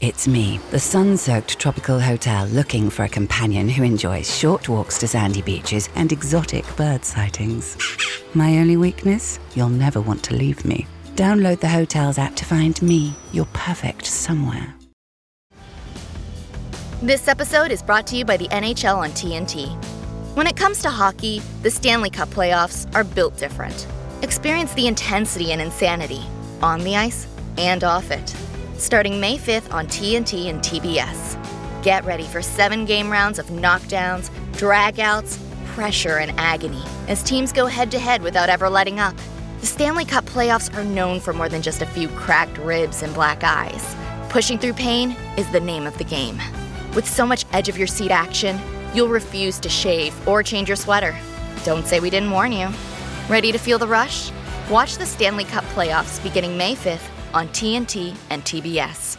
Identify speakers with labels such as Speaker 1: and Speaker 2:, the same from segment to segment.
Speaker 1: It's me, the sun soaked tropical hotel, looking for a companion who enjoys short walks to sandy beaches and exotic bird sightings. My only weakness? You'll never want to leave me. Download the hotel's app to find me, your perfect somewhere.
Speaker 2: This episode is brought to you by the NHL on TNT. When it comes to hockey, the Stanley Cup playoffs are built different. Experience the intensity and insanity on the ice and off it. Starting May 5th on TNT and TBS. Get ready for seven game rounds of knockdowns, dragouts, pressure, and agony as teams go head to head without ever letting up. The Stanley Cup playoffs are known for more than just a few cracked ribs and black eyes. Pushing through pain is the name of the game. With so much edge of your seat action, you'll refuse to shave or change your sweater. Don't say we didn't warn you. Ready to feel the rush? Watch the Stanley Cup playoffs beginning May 5th on TNT and TBS.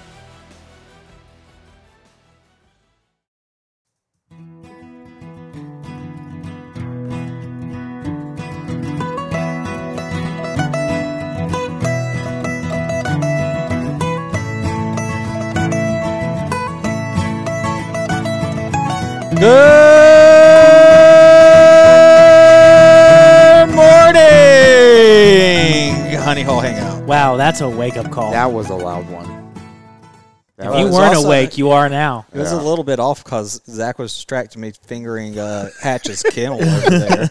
Speaker 3: Good morning, Honey Hole Hangout.
Speaker 4: Wow, that's a wake up call.
Speaker 5: That was a loud one. That
Speaker 4: if you
Speaker 3: was
Speaker 4: weren't
Speaker 3: also-
Speaker 4: awake, you are now.
Speaker 3: It was a
Speaker 5: Yeah.
Speaker 3: little bit off because Zach was distracting me fingering uh, Hatch's kennel over there.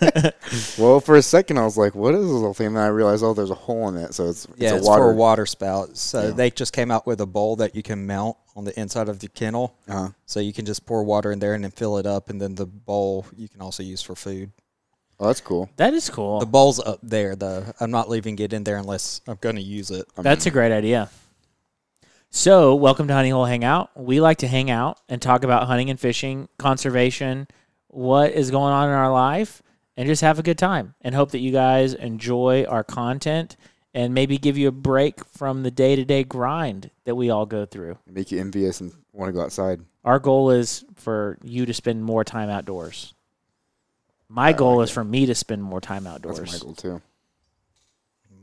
Speaker 5: well, for a second, I was like, "What is this little thing?" And I realized, oh, there's a hole in it, so it's
Speaker 3: Yeah, it's,
Speaker 5: a water.
Speaker 3: for a water spout. So
Speaker 5: Yeah.
Speaker 3: they just came out with a bowl that you can mount on the inside of the kennel.
Speaker 5: Uh-huh.
Speaker 3: So you can just pour water in there and then fill it up, and then the bowl you can also use for food.
Speaker 5: oh, that's cool.
Speaker 4: That is
Speaker 3: The
Speaker 4: cool.
Speaker 3: bowl's up there though. I'm not leaving it in there unless I'm going to use it.
Speaker 4: That's a great idea. So, welcome to Honey Hole Hangout. We like to hang out and talk about hunting and fishing, conservation, what is going on in our life, and just have a good time. And hope that you guys enjoy our content and maybe give you a break from the day to day grind that we all go through.
Speaker 5: Make you envious and want to go outside.
Speaker 4: Our goal is for you to spend more time outdoors. My goal is for me to spend more time outdoors.
Speaker 5: That's my goal too.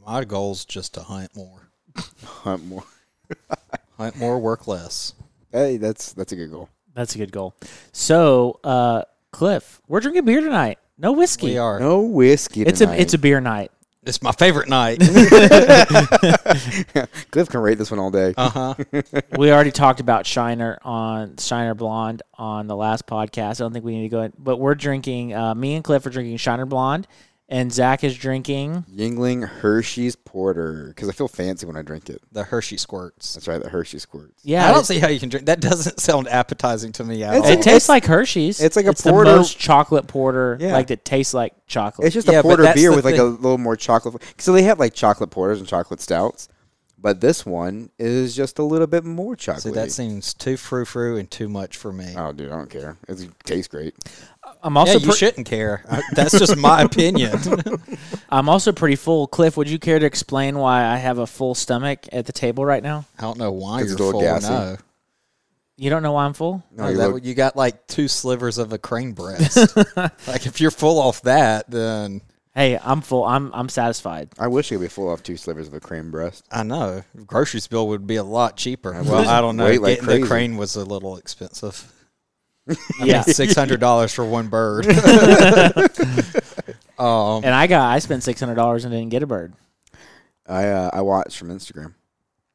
Speaker 3: My goal's just to hunt more,
Speaker 5: Hunt more.
Speaker 3: hunt more, work less.
Speaker 5: Hey, that's that's a good goal.
Speaker 4: That's a good goal. So, uh, Cliff, we're drinking beer tonight. No whiskey.
Speaker 3: We are.
Speaker 5: No whiskey.
Speaker 4: It's
Speaker 5: tonight.
Speaker 4: a it's a beer night.
Speaker 3: It's my favorite night.
Speaker 5: Cliff can rate this one all day.
Speaker 4: we already talked about Shiner on Shiner Blonde on the last podcast. I don't think we need to go. In, but we're drinking. Uh, me and Cliff are drinking Shiner Blonde, and Zach is drinking.
Speaker 5: Yingling Hershey's Porter because I feel fancy when I drink it.
Speaker 3: the Hershey squirts.
Speaker 5: That's right, the Hershey squirts.
Speaker 4: Yeah,
Speaker 3: I don't
Speaker 4: it-
Speaker 3: see how you can drink. That doesn't sound appetizing to me at all.
Speaker 4: It tastes like Hershey's.
Speaker 5: it's like a
Speaker 4: it's
Speaker 5: porter-
Speaker 4: The most chocolate porter.
Speaker 5: Yeah.
Speaker 4: Like that tastes like chocolate.
Speaker 5: It's just a
Speaker 3: Yeah, but
Speaker 5: porter
Speaker 3: that's
Speaker 5: beer
Speaker 3: the
Speaker 5: with like a
Speaker 3: thing.
Speaker 5: little more chocolate. So they have like chocolate porters and chocolate stouts, but this one is just a little bit more chocolate.
Speaker 3: See, that seems too frou frou and too much for me.
Speaker 5: Oh, dude, I don't care. It tastes great.
Speaker 4: I'm
Speaker 3: yeah,
Speaker 4: also
Speaker 3: you
Speaker 4: pre-
Speaker 3: shouldn't care. I- That's just my opinion.
Speaker 4: I'm also pretty full. Cliff, would you care to explain why I have a full stomach at the table right now?
Speaker 3: I don't know why
Speaker 5: 'Cause
Speaker 3: you're
Speaker 5: it's a little
Speaker 3: full.
Speaker 5: gassy.
Speaker 3: No,
Speaker 4: You don't know why I'm full?
Speaker 5: No,
Speaker 3: No,
Speaker 5: you
Speaker 3: that-
Speaker 5: look-
Speaker 3: you got like two slivers of a crane breast. like if you're full off that, then
Speaker 4: Hey, I'm full. I'm I'm satisfied.
Speaker 5: I wish it could be full off two slivers of a cream breast.
Speaker 3: I know groceries bill would be a lot cheaper. Well, I don't know.
Speaker 5: Uh, Wait like
Speaker 3: Getting the
Speaker 5: crazy.
Speaker 3: crane was a little expensive.
Speaker 4: Yeah.
Speaker 3: Six hundred dollars for one bird. um,
Speaker 4: and I got I spent six hundred dollars and didn't get a bird.
Speaker 5: I uh, I watched from Instagram.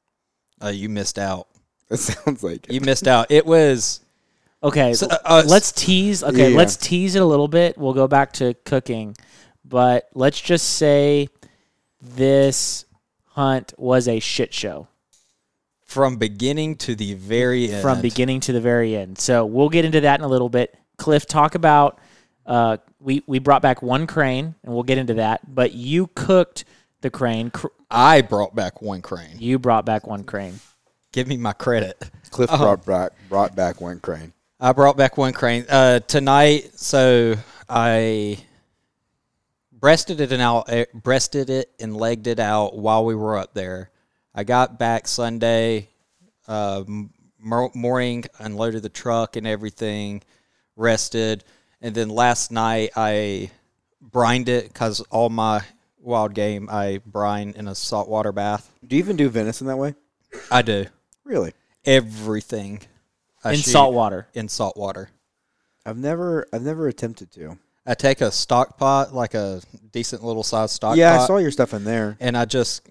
Speaker 3: uh, you missed out.
Speaker 5: That sounds like
Speaker 3: You missed out. It was
Speaker 4: Okay,
Speaker 3: So,
Speaker 4: l-
Speaker 3: uh, uh,
Speaker 4: let's tease. Okay,
Speaker 5: yeah.
Speaker 4: let's tease it a little bit. We'll go back to cooking, but let's just say this hunt was a shit show
Speaker 3: from beginning to the very end.
Speaker 4: from beginning to the very end. So we'll get into that in a little bit. Cliff, talk about uh, we we brought back one crane, and we'll get into that. But you cooked the crane. Cr-
Speaker 3: I brought back one crane.
Speaker 4: you brought back one crane.
Speaker 3: Give me my credit.
Speaker 5: Cliff brought back brought back one crane.
Speaker 3: I brought back one crane uh, tonight. So I breasted it and out, eh, breasted it and legged it out while we were up there. I got back Sunday uh, m- mor- morning, unloaded the truck and everything, rested, and then last night I brined it because all my wild game I brine in a saltwater bath.
Speaker 5: Do you even do venison that way?
Speaker 3: I do.
Speaker 5: Really?
Speaker 3: everything I
Speaker 4: in
Speaker 3: shoot
Speaker 4: salt water.
Speaker 3: in salt water.
Speaker 5: I've never I've never attempted to.
Speaker 3: I take a stock pot, like a decent little size stock
Speaker 5: yeah,
Speaker 3: pot,
Speaker 5: I saw your stuff in there.
Speaker 3: and I just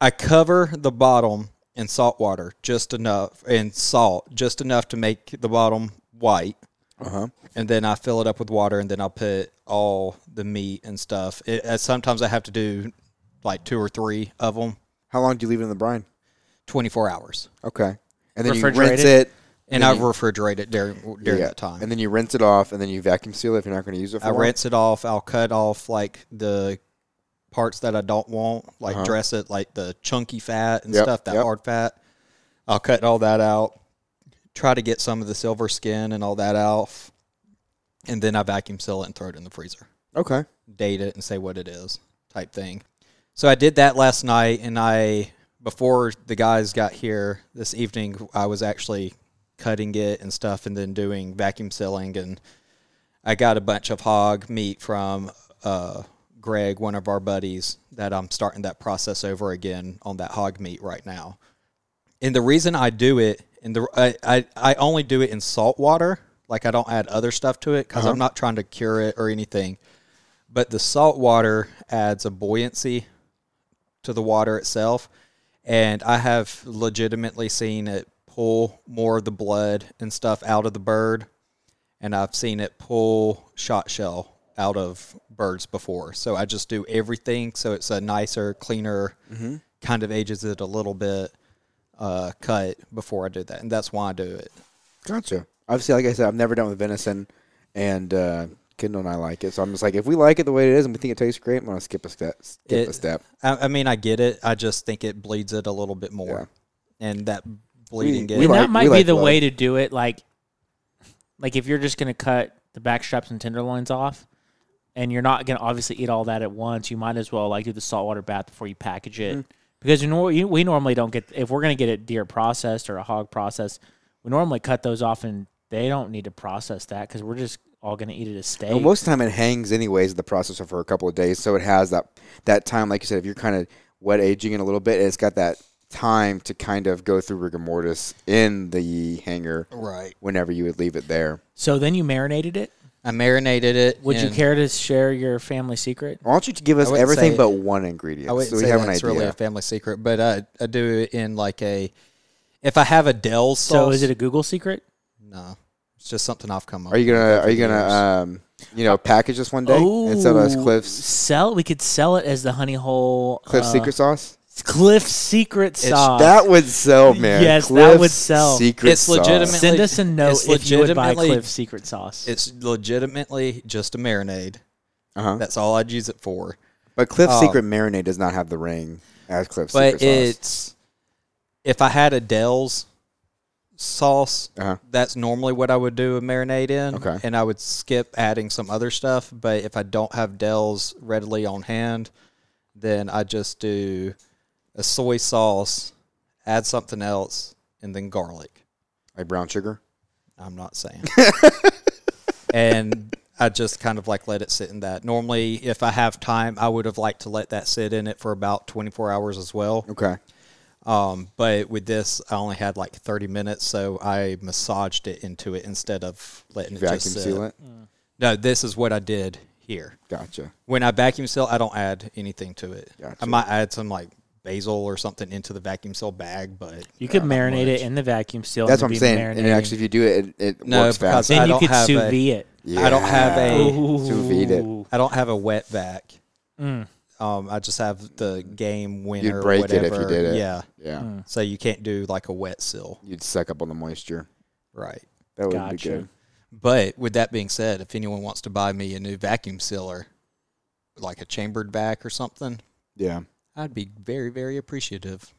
Speaker 3: I cover the bottom in salt water just enough and salt just enough to make the bottom white.
Speaker 5: Uh-huh.
Speaker 3: And then I fill it up with water, and then I put all the meat and stuff. It, uh, sometimes I have to do like two or three of them,
Speaker 5: How long do you leave it in the brine?
Speaker 3: twenty four hours,
Speaker 5: Okay. And then you
Speaker 4: Refrigerate
Speaker 5: rinse
Speaker 4: it?
Speaker 5: it.
Speaker 3: and I refrigerate it during during
Speaker 5: yeah.
Speaker 3: that time.
Speaker 5: And then you rinse it off, and then you vacuum seal it if you're not going to use it for
Speaker 3: I
Speaker 5: a while.
Speaker 3: rinse it off. I'll cut off like the parts that I don't want, like dress it, like the chunky fat and
Speaker 5: Uh-huh. Yep,
Speaker 3: stuff, that
Speaker 5: yep.
Speaker 3: hard fat. I'll cut all that out. Try to get some of the silver skin and all that off, and then I vacuum seal it and throw it in the freezer.
Speaker 5: Okay.
Speaker 3: Date it and say what it is, type thing. So I did that last night, and I before the guys got here this evening, I was actually cutting it and stuff, and then doing vacuum sealing and I got a bunch of hog meat from uh, Greg, one of our buddies, that I'm starting that process over again on that hog meat right now. And the reason I do it, and the I, I, I only do it in salt water, like I don't add other stuff to it because I'm not trying to cure it or anything. But the salt water adds a buoyancy to the water itself, and I have legitimately seen it pull more of the blood and stuff out of the bird and I've seen it pull shot shell out of birds before. So I just do everything so it's a nicer, cleaner,
Speaker 5: Mm-hmm.
Speaker 3: kind of ages it a little bit uh, cut before I do that, and that's why I do it.
Speaker 5: Gotcha. Obviously, like I said, I've never done with venison, and uh, Kendall and I like it. So I'm just like, if we like it the way it is and we think it tastes great, I'm going to skip a step. Skip
Speaker 3: It-
Speaker 5: a step.
Speaker 3: I, I mean, I get it. I just think it bleeds it a little bit more, and that bleeding
Speaker 5: We-
Speaker 3: it.
Speaker 5: we
Speaker 4: And
Speaker 5: like-
Speaker 4: that might be
Speaker 5: like
Speaker 4: the
Speaker 5: blood.
Speaker 4: way to do it. Like, like if you're just gonna cut the back straps and tenderloins off, and you're not gonna obviously eat all that at once, you might as well like do the saltwater bath before you package it,
Speaker 5: Mm.
Speaker 4: because you know you- we normally don't get if we're gonna get it deer processed or a hog processed, we normally cut those off, and they don't need to process that because we're just all gonna eat it as steak.
Speaker 5: And most of the time, it hangs anyways the processor for a couple of days, so it has that that time. Like you said, if you're kind of wet aging it a little bit, it's got that time to kind of go through rigor mortis in the hanger.
Speaker 3: Right.
Speaker 5: Whenever you would leave it there.
Speaker 4: so then you marinated it.
Speaker 3: I marinated it.
Speaker 4: Would you
Speaker 3: in-
Speaker 4: care to share your family secret?
Speaker 5: I want you to give us
Speaker 3: wouldn't
Speaker 5: everything
Speaker 3: say-
Speaker 5: but one ingredient,
Speaker 3: I wouldn't
Speaker 5: so we
Speaker 3: say
Speaker 5: have an
Speaker 3: that's
Speaker 5: idea.
Speaker 3: really a family secret, but I, I do it in like a. If I have a Dell sauce,
Speaker 4: So is it a Google secret?
Speaker 3: no? It's just something I've come up.
Speaker 5: are you
Speaker 3: with
Speaker 5: gonna
Speaker 3: over
Speaker 5: Are you
Speaker 3: the
Speaker 5: gonna
Speaker 3: years.
Speaker 5: um, you know package this one day and sell us Cliff's
Speaker 4: Sell. We could sell it as the honey hole.
Speaker 5: Cliff's
Speaker 4: uh,
Speaker 5: secret sauce?
Speaker 4: Cliff secret
Speaker 3: uh,
Speaker 4: sauce.
Speaker 5: that would sell, man.
Speaker 4: Yes, that
Speaker 5: Cliff's
Speaker 4: would sell.
Speaker 5: Secret
Speaker 3: It's
Speaker 5: sauce.
Speaker 3: legitimately-
Speaker 4: Send us a note
Speaker 3: It's
Speaker 4: if you would buy
Speaker 3: legitimately-
Speaker 4: Cliff secret sauce.
Speaker 5: uh,
Speaker 3: It's legitimately just a marinade.
Speaker 5: Uh-huh.
Speaker 3: That's all I'd use it for.
Speaker 5: But Cliff's
Speaker 3: Oh.
Speaker 5: secret marinade does not have the ring as Cliff's
Speaker 3: But
Speaker 5: secret sauce.
Speaker 3: it's if I had a Dell's sauce,
Speaker 5: Uh-huh.
Speaker 3: that's normally what I would do a marinade in.
Speaker 5: Okay.
Speaker 3: And I would skip adding some other stuff. But if I don't have Dell's readily on hand, then I just do a soy sauce, add something else, and then garlic.
Speaker 5: Like brown sugar.
Speaker 3: I'm not saying. and I just kind of like let it sit in that. Normally, if I have time, I would have liked to let that sit in it for about 24 hours as well.
Speaker 5: Okay.
Speaker 3: Um, but with this, I only had like 30 minutes, so I massaged it into it instead of letting
Speaker 5: Vacuum
Speaker 3: it just uh, mm. sit.
Speaker 5: seal it.
Speaker 3: No, this is what I did here.
Speaker 5: Gotcha.
Speaker 3: When I vacuum seal, I don't add anything to it. I
Speaker 5: Gotcha.
Speaker 3: might add some like basil or something into the vacuum seal bag, but
Speaker 4: you could marinate it in the vacuum seal.
Speaker 5: That's
Speaker 4: and
Speaker 5: what I'm
Speaker 4: be
Speaker 5: saying. And
Speaker 4: marinating.
Speaker 5: actually, if you do it, it, it
Speaker 3: No,
Speaker 5: works
Speaker 3: because
Speaker 5: fast.
Speaker 3: I
Speaker 4: then you
Speaker 3: don't
Speaker 4: could
Speaker 3: have
Speaker 4: sous
Speaker 3: a-
Speaker 4: vide it.
Speaker 3: I don't have a-
Speaker 5: Sous vide it.
Speaker 4: Ooh.
Speaker 3: I don't have a wet vac.
Speaker 4: Mm.
Speaker 3: Um, I just have the game winner.
Speaker 5: You'd break it
Speaker 3: whatever.
Speaker 5: if you did it.
Speaker 3: Yeah.
Speaker 5: Yeah.
Speaker 3: So you can't do like a wet seal.
Speaker 5: You'd suck up on the moisture.
Speaker 3: Right.
Speaker 5: That would be
Speaker 4: Gotcha.
Speaker 5: good.
Speaker 3: But with that being said, if anyone wants to buy me a new vacuum sealer, like a chambered vac or something,
Speaker 5: Yeah.
Speaker 3: I'd be very, very appreciative.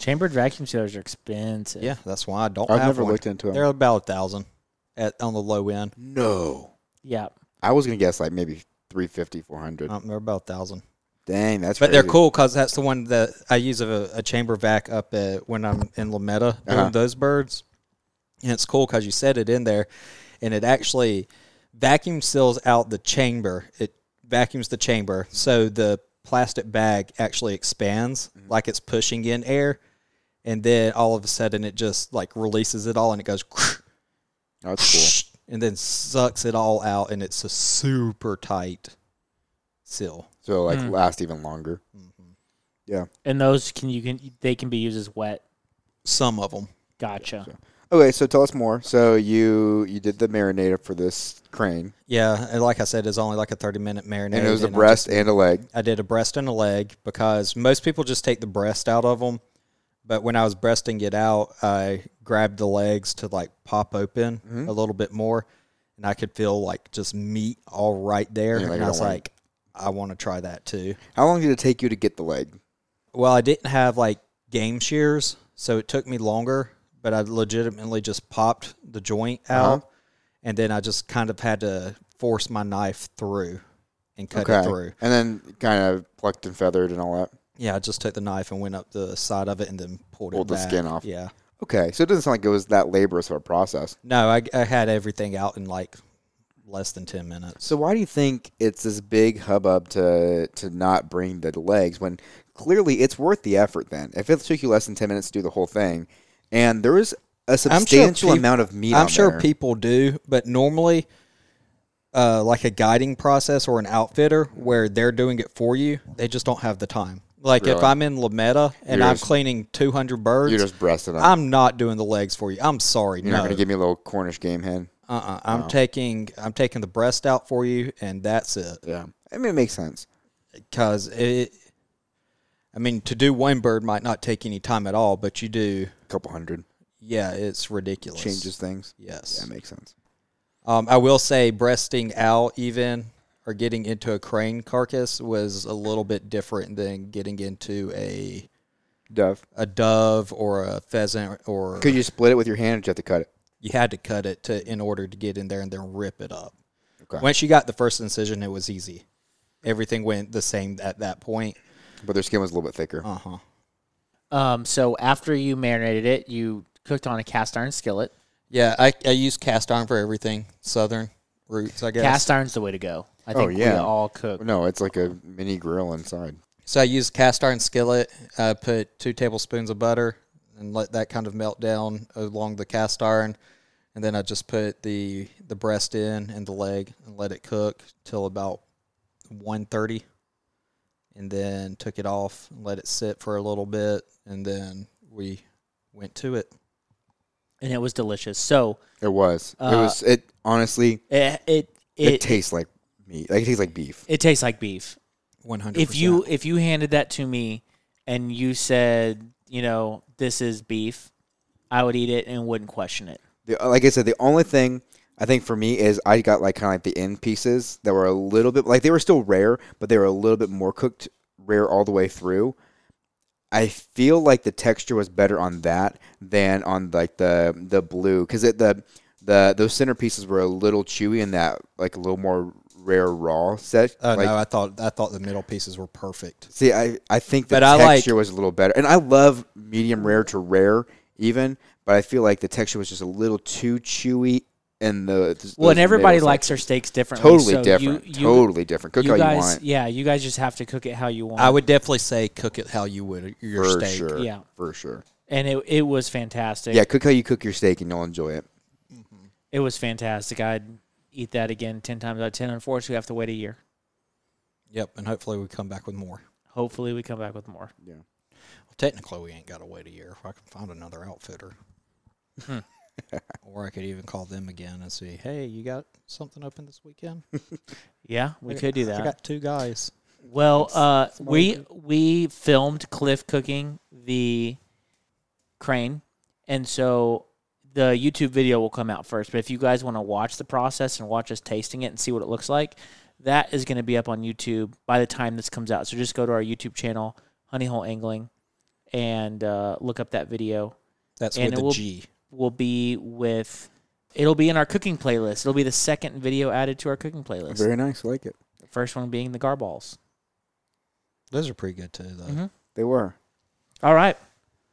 Speaker 4: Chambered vacuum sealers are expensive.
Speaker 3: Yeah, that's why I don't.
Speaker 5: I've
Speaker 3: have
Speaker 5: never
Speaker 3: one.
Speaker 5: looked into 'em.
Speaker 3: They're about a thousand at on the low end.
Speaker 5: No.
Speaker 4: Yeah.
Speaker 5: I was going to guess like maybe 350, 400.
Speaker 3: Um, they're about a thousand.
Speaker 5: Dang, that's
Speaker 3: But they're
Speaker 5: crazy.
Speaker 3: cool because that's the one that I use of a, a chamber vac up at when I'm in Lametta doing
Speaker 5: Uh-huh.
Speaker 3: those birds, and it's cool because you set it in there, and it actually vacuum seals out the chamber. It vacuums the chamber,
Speaker 5: Mm-hmm.
Speaker 3: so the plastic bag actually expands like it's pushing in air, and then all of a sudden it just like releases it all and it goes
Speaker 5: Oh, that's cool.
Speaker 3: and then sucks it all out and it's a super tight seal.
Speaker 5: So like
Speaker 3: Hmm.
Speaker 5: last even longer.
Speaker 3: Mm-hmm.
Speaker 5: Yeah.
Speaker 4: And those can you can they can be used as wet.
Speaker 3: Some of them.
Speaker 4: Gotcha.
Speaker 5: Okay, so tell us more. So you you did the marinator for this crane,
Speaker 3: Yeah, and like I said, it's only like a thirty minute marinade.
Speaker 5: and it was a
Speaker 3: I just-
Speaker 5: breast and a leg.
Speaker 3: I did a breast and a leg because most people just take the breast out of them. But when I was breasting it out, I grabbed the legs to like pop open
Speaker 5: Mm-hmm.
Speaker 3: a little bit more, and I could feel like just meat all right there.
Speaker 5: like,
Speaker 3: and
Speaker 5: I
Speaker 3: I was
Speaker 5: don't want-
Speaker 3: like, I want to try that too.
Speaker 5: How long did it take you to get the leg?
Speaker 3: Well, I didn't have like game shears, so it took me longer, but I legitimately just popped the joint
Speaker 5: Uh-huh.
Speaker 3: out and then I just kind of had to force my knife through and cut it through.
Speaker 5: and then kind of plucked and feathered and all that.
Speaker 3: Yeah, I just took the knife and went up the side of it and then pulled,
Speaker 5: Pulled the
Speaker 3: it back.
Speaker 5: skin off.
Speaker 3: Yeah.
Speaker 5: Okay, so it doesn't sound like it was that laborious of a process.
Speaker 3: No, I, I had everything out in like less than 10 minutes.
Speaker 5: So why do you think it's this big hubbub to to not bring the legs when clearly it's worth the effort? Then, if it took you less than ten minutes to do the whole thing, and there was a substantial
Speaker 3: peop-
Speaker 5: amount of meat,
Speaker 3: I'm
Speaker 5: on
Speaker 3: sure
Speaker 5: there.
Speaker 3: people do, but normally, uh, like a guiding process or an outfitter where they're doing it for you, they just don't have the time. Like if I'm in Lametta and
Speaker 5: You're
Speaker 3: I'm
Speaker 5: just-
Speaker 3: cleaning 200 birds,
Speaker 5: you're just breasting them.
Speaker 3: I'm not doing the legs for you. I'm sorry.
Speaker 5: you're
Speaker 3: no,
Speaker 5: not going to give me a little Cornish game hen.
Speaker 3: uh-uh. I'm taking I'm taking the breast out for you, and that's it.
Speaker 5: Yeah, I mean it makes sense.
Speaker 3: Because it, I mean, to do one bird might not take any time at all, but you do.
Speaker 5: A couple hundred
Speaker 3: Yeah, it's ridiculous.
Speaker 5: changes things.
Speaker 3: Yes.
Speaker 5: That makes sense.
Speaker 3: Um, I will say breasting out even or getting into a crane carcass was a little bit different than getting into a
Speaker 5: Dove,
Speaker 3: a dove or a pheasant or
Speaker 5: could you split it with your hand, or did you have to cut it?
Speaker 3: you had to cut it to in order to get in there and then rip it up.
Speaker 5: Okay.
Speaker 3: Once you got the first incision, it was easy. Everything went the same at that point.
Speaker 5: But their skin was a little bit thicker.
Speaker 3: Uh huh.
Speaker 4: Um so after you marinated it, you cooked on a cast iron skillet.
Speaker 3: Yeah, I, I use cast iron for everything. Southern roots, I guess.
Speaker 4: Cast iron's the way to go. I think we
Speaker 5: Oh, yeah.
Speaker 4: all cook.
Speaker 5: No, it's like a mini grill inside.
Speaker 3: So I use cast iron skillet. I put two tablespoons of butter and let that kind of melt down along the cast iron, and then I just put the the breast in and the leg and let it cook till about one thirty, and then took it off and let it sit for a little bit, and then we went to it.
Speaker 4: And it was delicious. So
Speaker 5: It was. it
Speaker 4: Uh,
Speaker 5: was. It honestly,
Speaker 4: it it
Speaker 5: it,
Speaker 4: it,
Speaker 5: tastes like meat. Like it tastes like beef.
Speaker 4: it tastes like beef.
Speaker 3: One hundred.
Speaker 4: If you if you handed that to me and you said, you know, this is beef, I would eat it and wouldn't question it.
Speaker 5: The, uh, like I said, the only thing I think for me is I got like kind of like the end pieces that were a little bit like they were still rare, but they were a little bit more cooked rare all the way through. I feel like the texture was better on that than on like the the blue because the the those center pieces were a little chewy and that like a little more rare raw set.
Speaker 3: oh
Speaker 5: like,
Speaker 3: no, I thought I thought the middle pieces were perfect.
Speaker 5: See, I, I think the
Speaker 3: But I like-
Speaker 5: texture was a little better. And I love medium rare to rare even, but I feel like the texture was just a little too chewy and the th-
Speaker 4: Well, and
Speaker 5: those
Speaker 4: everybody
Speaker 5: middle
Speaker 4: likes
Speaker 5: section-
Speaker 4: their steaks differently.
Speaker 5: totally
Speaker 4: so you-
Speaker 5: different.
Speaker 4: you-
Speaker 5: totally different. Cook
Speaker 4: you
Speaker 5: how
Speaker 4: guys,
Speaker 5: you want.
Speaker 4: yeah, you guys just have to cook it how you want.
Speaker 3: I would definitely say cook it how you would your
Speaker 5: for
Speaker 3: steak.
Speaker 5: sure.
Speaker 4: Yeah.
Speaker 5: For sure.
Speaker 4: and it it was fantastic.
Speaker 5: Yeah, cook how you cook your steak and you'll enjoy it.
Speaker 4: it was fantastic. I'd eat that again ten times out of ten. Unfortunately, we have to wait a year.
Speaker 3: Yep, and hopefully we come back with more.
Speaker 4: Hopefully, we come back with more.
Speaker 3: Technically, we ain't got to wait a year. If I can find another outfitter,
Speaker 4: Hmm.
Speaker 3: or I could even call them again and see, hey, you got something open this weekend?
Speaker 4: Yeah, we could do
Speaker 3: I
Speaker 4: that.
Speaker 3: got two guys.
Speaker 4: Well, uh, we we filmed Cliff cooking the crane, and so the YouTube video will come out first. But if you guys want to watch the process and watch us tasting it and see what it looks like, that is going to be up on YouTube by the time this comes out. So just go to our YouTube channel, Honey Hole Angling, and uh, look up that video.
Speaker 3: That's
Speaker 4: And
Speaker 3: with
Speaker 4: it
Speaker 3: a
Speaker 4: will-
Speaker 3: G.
Speaker 4: Will be with. It'll be in our cooking playlist. It'll be the second video added to our cooking playlist.
Speaker 5: Very nice. I like it.
Speaker 4: The first one being the garballs.
Speaker 3: Those are pretty good too, though.
Speaker 5: They were.
Speaker 4: All right.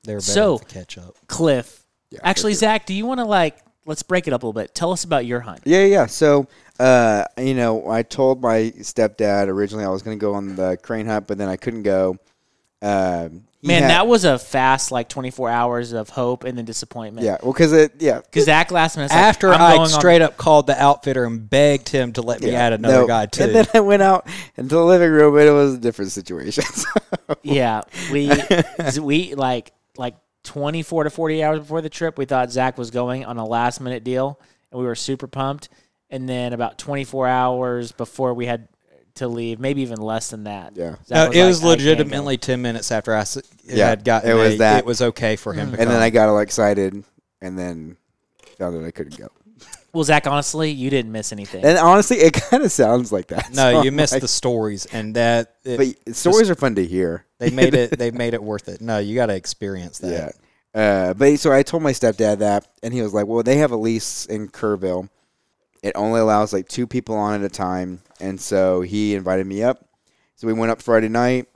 Speaker 3: They're better
Speaker 4: Mm-hmm. So-
Speaker 3: so, the ketchup.
Speaker 4: Cliff.
Speaker 5: Yeah,
Speaker 4: Actually,
Speaker 5: for sure.
Speaker 4: Zach, do you want to like let's break it up a little bit? Tell us about your hunt.
Speaker 5: Yeah, yeah, yeah. So, uh, you know, I told my stepdad originally I was going to go on the crane hunt, but then I couldn't go. Um,
Speaker 4: Man,
Speaker 5: had-
Speaker 4: that was a fast like 24 hours of hope and then disappointment.
Speaker 5: Yeah, well, because it, yeah.
Speaker 4: Because Zach last minute
Speaker 3: After
Speaker 4: like, I'm
Speaker 3: I
Speaker 4: going on-
Speaker 3: straight up called the outfitter and begged him to let me
Speaker 5: yeah,
Speaker 3: add another
Speaker 5: no.
Speaker 3: guy too.
Speaker 5: And then I went out into the living room, and it was a different situation. So,
Speaker 4: yeah, we we like like 24 to 48 hours before the trip, we thought Zach was going on a last minute deal, and we were super pumped. And then about 24 hours before we had to leave, maybe even less than that.
Speaker 5: Yeah.
Speaker 3: no,
Speaker 4: Zach
Speaker 3: it was
Speaker 4: like, "I can't go."
Speaker 3: legitimately ten minutes after I s-
Speaker 5: Yeah,
Speaker 3: had gotten
Speaker 5: it
Speaker 3: it
Speaker 5: was
Speaker 3: was
Speaker 5: that.
Speaker 3: It was okay for
Speaker 4: Mm-hmm.
Speaker 3: him. To
Speaker 5: and
Speaker 3: come.
Speaker 5: then I got all excited, and then found that I couldn't go.
Speaker 4: Well, Zach, honestly, you didn't miss anything.
Speaker 5: And honestly, it kind of sounds like that.
Speaker 3: no,
Speaker 5: So
Speaker 3: you
Speaker 5: I'm
Speaker 3: missed
Speaker 5: like-
Speaker 3: the stories, and that it,
Speaker 5: But stories are fun to hear.
Speaker 3: they made it. They made it worth it. No, you got to experience that.
Speaker 5: Yeah. Uh, but so I told my stepdad that, and he was like, "Well, they have a lease in Kerrville. It only allows like two people on at a time." And so he invited me up. So we went up Friday night,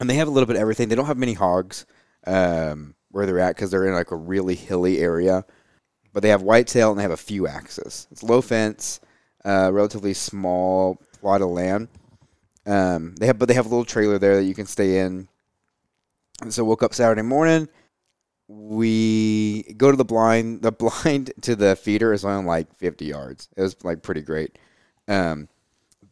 Speaker 5: and they have a little bit of everything. They don't have many hogs um, where they're at because they're in like a really hilly area, but they have whitetail and they have a few axes. It's low fence, uh, relatively small plot of land. Um, they have, but they have a little trailer there that you can stay in. And so woke up Saturday morning. We go to the blind. The blind to the feeder is only like 50 yards. It was like pretty great. Um,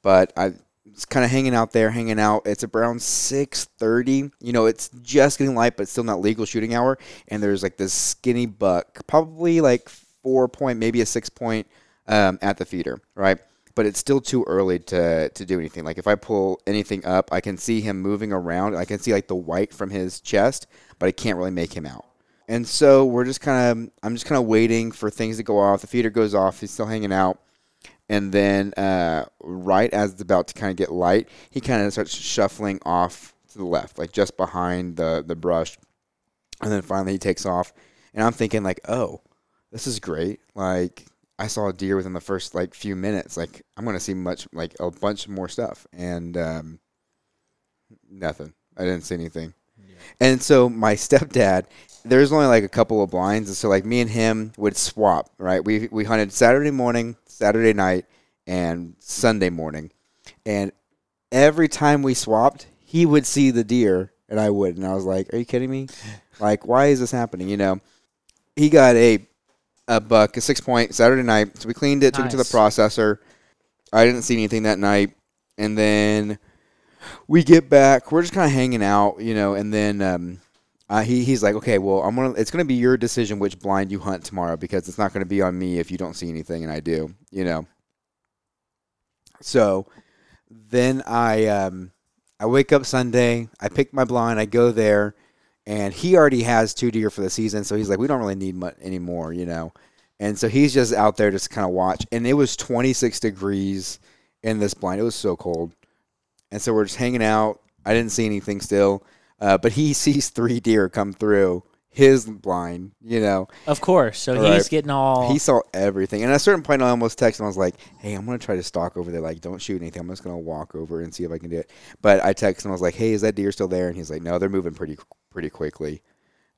Speaker 5: but I was kind of hanging out there, hanging out. It's around 6:30. You know, it's just getting light, but still not legal shooting hour. And there's like this skinny buck, probably like four point, maybe a six point, um, at the feeder, right? But it's still too early to to do anything. Like if I pull anything up, I can see him moving around. I can see like the white from his chest, but I can't really make him out. And so we're just kind of, I'm just kind of waiting for things to go off. The feeder goes off. He's still hanging out. And then, uh, right as it's about to kind of get light, he kind of starts shuffling off to the left, like just behind the, the brush. And then finally he takes off. And I'm thinking, like, oh, this is great. Like, I saw a deer within the first, like, few minutes. Like, I'm going to see much, like, a bunch more stuff. And um, nothing. I didn't see anything. And so my stepdad, there's only like a couple of blinds, and so like me and him would swap, right? We we hunted Saturday morning, Saturday night, and Sunday morning, and every time we swapped, he would see the deer and I would, and I was like, "Are you kidding me? Like, why is this happening?" You know, he got a a buck, a six point Saturday night, so we cleaned it, took it to the
Speaker 4: Nice.
Speaker 5: processor. I didn't see anything that night, and then we get back. We're just kind of hanging out, you know, and then um, uh, he he's like, okay, well, I'm gonna. It's gonna be your decision which blind you hunt tomorrow because it's not gonna be on me if you don't see anything and I do, you know. So then I um, I wake up Sunday. I pick my blind. I go there, and he already has two deer for the season. So he's like, we don't really need much anymore, you know. And so he's just out there just kind of watch. And it was 26 degrees in this blind. It was so cold. And so we're just hanging out. I didn't see anything still, uh, but he sees three deer come through his blind, you know.
Speaker 4: of course. So
Speaker 5: Right.
Speaker 4: he's getting all.
Speaker 5: He saw everything. And at a certain point, I almost texted him. I was like, hey, I'm going to try to stalk over there. Like, don't shoot anything. I'm just going to walk over and see if I can do it. But I texted him. I was like, hey, is that deer still there? And he's like, no, they're moving pretty pretty quickly.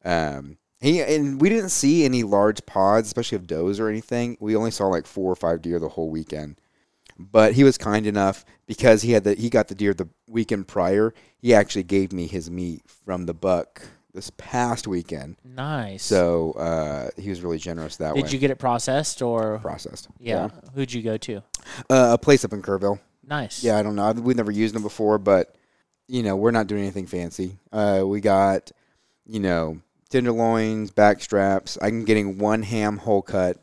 Speaker 5: Um, he And we didn't see any large pods, especially of does or anything. We only saw like four or five deer the whole weekend. But he was kind enough because he had the he got the deer the weekend prior. He actually gave me his meat from the buck this past weekend.
Speaker 4: nice.
Speaker 5: So uh, he was really generous that way
Speaker 4: Did you get it processed or?
Speaker 5: processed.
Speaker 4: Yeah. Who'd you go to?
Speaker 5: Uh, a place up in Kerrville.
Speaker 4: Nice.
Speaker 5: Yeah, I don't know. I've- We've never used them before, but you know, we're not doing anything fancy. Uh, we got, you know, tenderloins, back straps. I'm getting one ham whole cut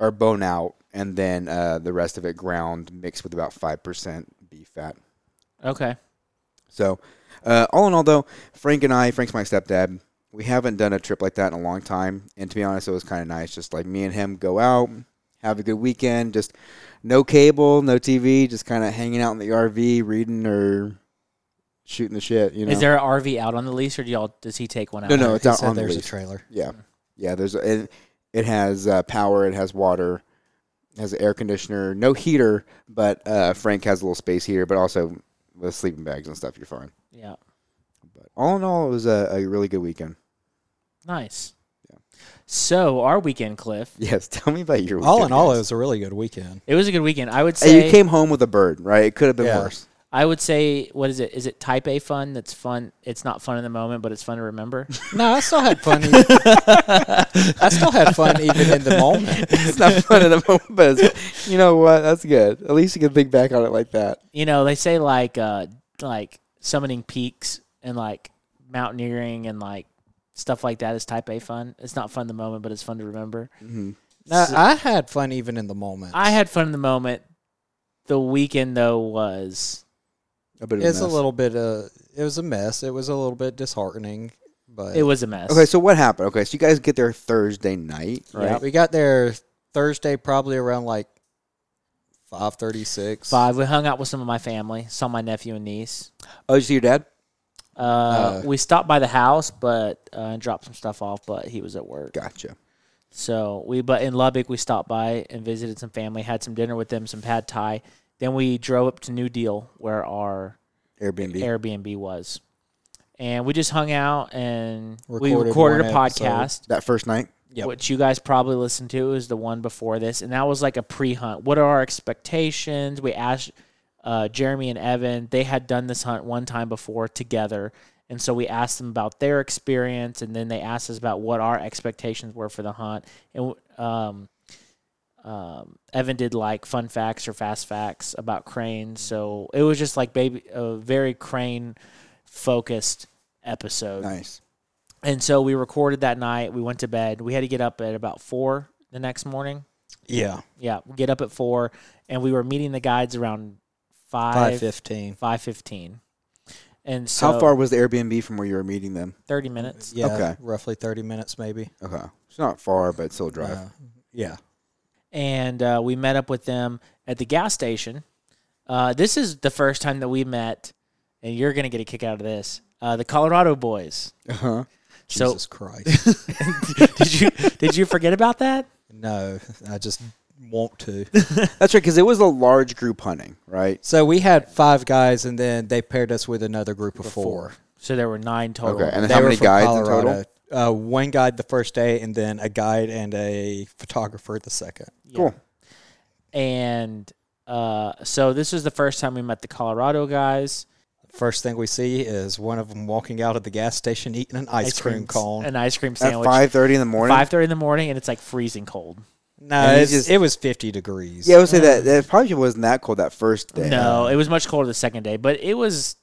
Speaker 5: or bone out, and then uh, the rest of it ground mixed with about five percent beef fat.
Speaker 4: Okay.
Speaker 5: So, uh, all in all, though, Frank and I, Frank's my stepdad, we haven't done a trip like that in a long time. And to be honest, it was kind of nice. Just like me and him go out, have a good weekend, just no cable, no TV, just kind of hanging out in the RV, reading or shooting the shit. You know,
Speaker 4: Is there an RV out on the lease, or do y'all? Does he take one out?
Speaker 5: no, no, it's
Speaker 3: He
Speaker 5: out
Speaker 3: said
Speaker 5: on the
Speaker 3: there's a
Speaker 5: lease.
Speaker 3: trailer.
Speaker 5: Yeah, yeah. There's a, it, it has uh, power. It has water. it Has an air conditioner, no heater, but uh, Frank has a little space heater, but also with sleeping bags and stuff, you're fine.
Speaker 4: Yeah.
Speaker 5: But all in all, it was a, a really good weekend.
Speaker 4: Nice. So our weekend, Cliff.
Speaker 5: Yes, tell me about your weekend.
Speaker 3: All in all, it
Speaker 5: guys.
Speaker 3: was a really good weekend.
Speaker 4: It was a good weekend. I would
Speaker 5: Hey,
Speaker 4: say.
Speaker 5: you came home with a bird, right? It could have been
Speaker 3: Yeah.
Speaker 5: worse.
Speaker 4: I would say, what is it? Is it type A fun? That's fun. It's not fun in the moment, but it's fun to remember.
Speaker 3: No, I still had fun. e- I still had fun even in the moment.
Speaker 5: it's not fun at the moment, but it's, you know what? That's good. At least you can think back on it like that.
Speaker 4: you know, they say like uh like summoning peaks and like mountaineering and like stuff like that is type A fun. It's not fun in the moment, but it's fun to remember.
Speaker 3: Mm-hmm. No, I had fun even in the moment.
Speaker 4: I had fun in the moment. The weekend though was
Speaker 5: A bit of
Speaker 3: it's a
Speaker 5: mess.
Speaker 3: little bit of it was a mess. It was a little bit disheartening, but
Speaker 4: it was a mess.
Speaker 5: Okay, so what happened? Okay, so you guys get there Thursday night, right?
Speaker 3: we got there Thursday probably around like five thirty six.
Speaker 4: five. We hung out with some of my family, saw my nephew and niece.
Speaker 5: Oh, did you see your dad?
Speaker 4: Uh, we stopped by the house, but uh, and dropped some stuff off. But he was at work,
Speaker 5: Gotcha.
Speaker 4: so we. But in Lubbock, we stopped by and visited some family, had some dinner with them, some pad thai. Then we drove up to New Deal, where our
Speaker 5: Airbnb.
Speaker 4: Airbnb was. And we just hung out and we
Speaker 3: Recorded
Speaker 4: recorded a
Speaker 3: one episode.
Speaker 4: podcast,
Speaker 5: that first night.
Speaker 3: Yep.
Speaker 4: which you guys probably listened to is the one before this. And that was like a pre hunt. What are our expectations? We asked uh, Jeremy and Evan, they had done this hunt one time before together. And so we asked them about their experience. And then they asked us about what our expectations were for the hunt. And um, um, Evan did like fun facts or fast facts about cranes. So it was just like baby, a very crane focused episode.
Speaker 5: Nice.
Speaker 4: And so we recorded that night. We went to bed. We had to get up at about four the next morning.
Speaker 3: yeah,
Speaker 4: Yeah, we get up at four, and we were meeting the guides around
Speaker 3: five
Speaker 4: five
Speaker 3: fifteen.
Speaker 4: five fifteen. And so
Speaker 5: How far was the Airbnb from where you were meeting them?
Speaker 4: Thirty minutes.
Speaker 3: Yeah,
Speaker 5: Okay.
Speaker 3: roughly thirty minutes maybe.
Speaker 5: Okay, it's not far, but still a drive.
Speaker 3: Uh, yeah,
Speaker 4: and uh, we met up with them at the gas station. Uh, this is the first time that we met, and you're gonna get a kick out of this. Uh, the Colorado boys.
Speaker 5: Uh-huh.
Speaker 4: So
Speaker 3: Jesus Christ.
Speaker 4: did you did you forget about that?
Speaker 3: no, I just want to.
Speaker 5: That's right, because it was a large group hunting, right?
Speaker 3: So we had five guys, and then they paired us with another group of four.
Speaker 4: So there were nine total.
Speaker 5: Okay, and then
Speaker 3: They
Speaker 5: how
Speaker 3: were
Speaker 5: many
Speaker 3: from
Speaker 5: guides in
Speaker 3: Colorado.
Speaker 5: total?
Speaker 3: Uh, one guide the first day, and then a guide and a photographer the second.
Speaker 4: Yeah.
Speaker 5: Cool.
Speaker 4: And uh, so this was the first time we met the Colorado guys.
Speaker 3: First thing we see is one of them walking out of the gas station eating an ice, cream, cone.
Speaker 4: an ice cream
Speaker 5: At
Speaker 4: sandwich.
Speaker 5: five thirty in the morning.
Speaker 4: Five thirty in the morning, and it's like freezing cold.
Speaker 3: no,
Speaker 5: and he
Speaker 3: it's-
Speaker 5: just-
Speaker 3: it was 50 degrees.
Speaker 5: Yeah, I would say that, that probably wasn't that cold that first day.
Speaker 4: Mm. No, it was much colder the second day, but it was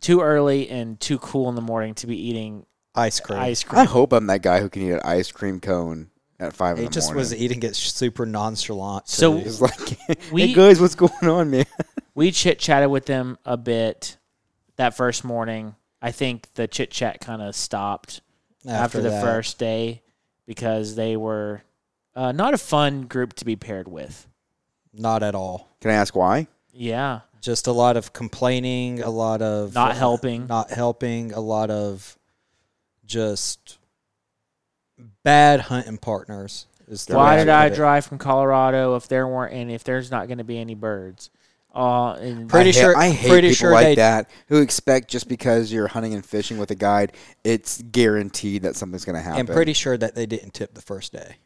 Speaker 4: too early and too cool in the morning to be eating
Speaker 3: ice cream.
Speaker 4: ice cream.
Speaker 5: I hope I'm that guy who can eat an ice cream cone at five in
Speaker 3: He
Speaker 5: the
Speaker 3: just
Speaker 5: morning.
Speaker 3: was eating it super nonchalant.
Speaker 4: So-
Speaker 3: too.
Speaker 5: It's like,
Speaker 4: We-
Speaker 5: hey guys, what's going on, man?
Speaker 4: we chit chatted with them a bit that first morning. I think the chit chat kind of stopped after, the
Speaker 3: that,
Speaker 4: first day because they were uh, not a fun group to be paired with.
Speaker 3: not at all.
Speaker 5: Can I ask why?
Speaker 4: Yeah,
Speaker 3: Just a lot of complaining, a lot of
Speaker 4: not
Speaker 3: uh,
Speaker 4: helping.
Speaker 3: not helping, a lot of just bad hunting partners. Is the
Speaker 4: Why
Speaker 3: way
Speaker 4: did I
Speaker 3: put it.
Speaker 4: drive from Colorado if there weren't any? If there's not going to be any birds, uh, and
Speaker 3: Pretty
Speaker 5: I ha-
Speaker 3: sure-
Speaker 5: I hate
Speaker 3: pretty
Speaker 5: people
Speaker 3: sure
Speaker 5: like
Speaker 3: they-
Speaker 5: that who expect just because you're hunting and fishing with a guide, it's guaranteed that something's going to happen.
Speaker 3: I'm pretty sure that they didn't tip the first day.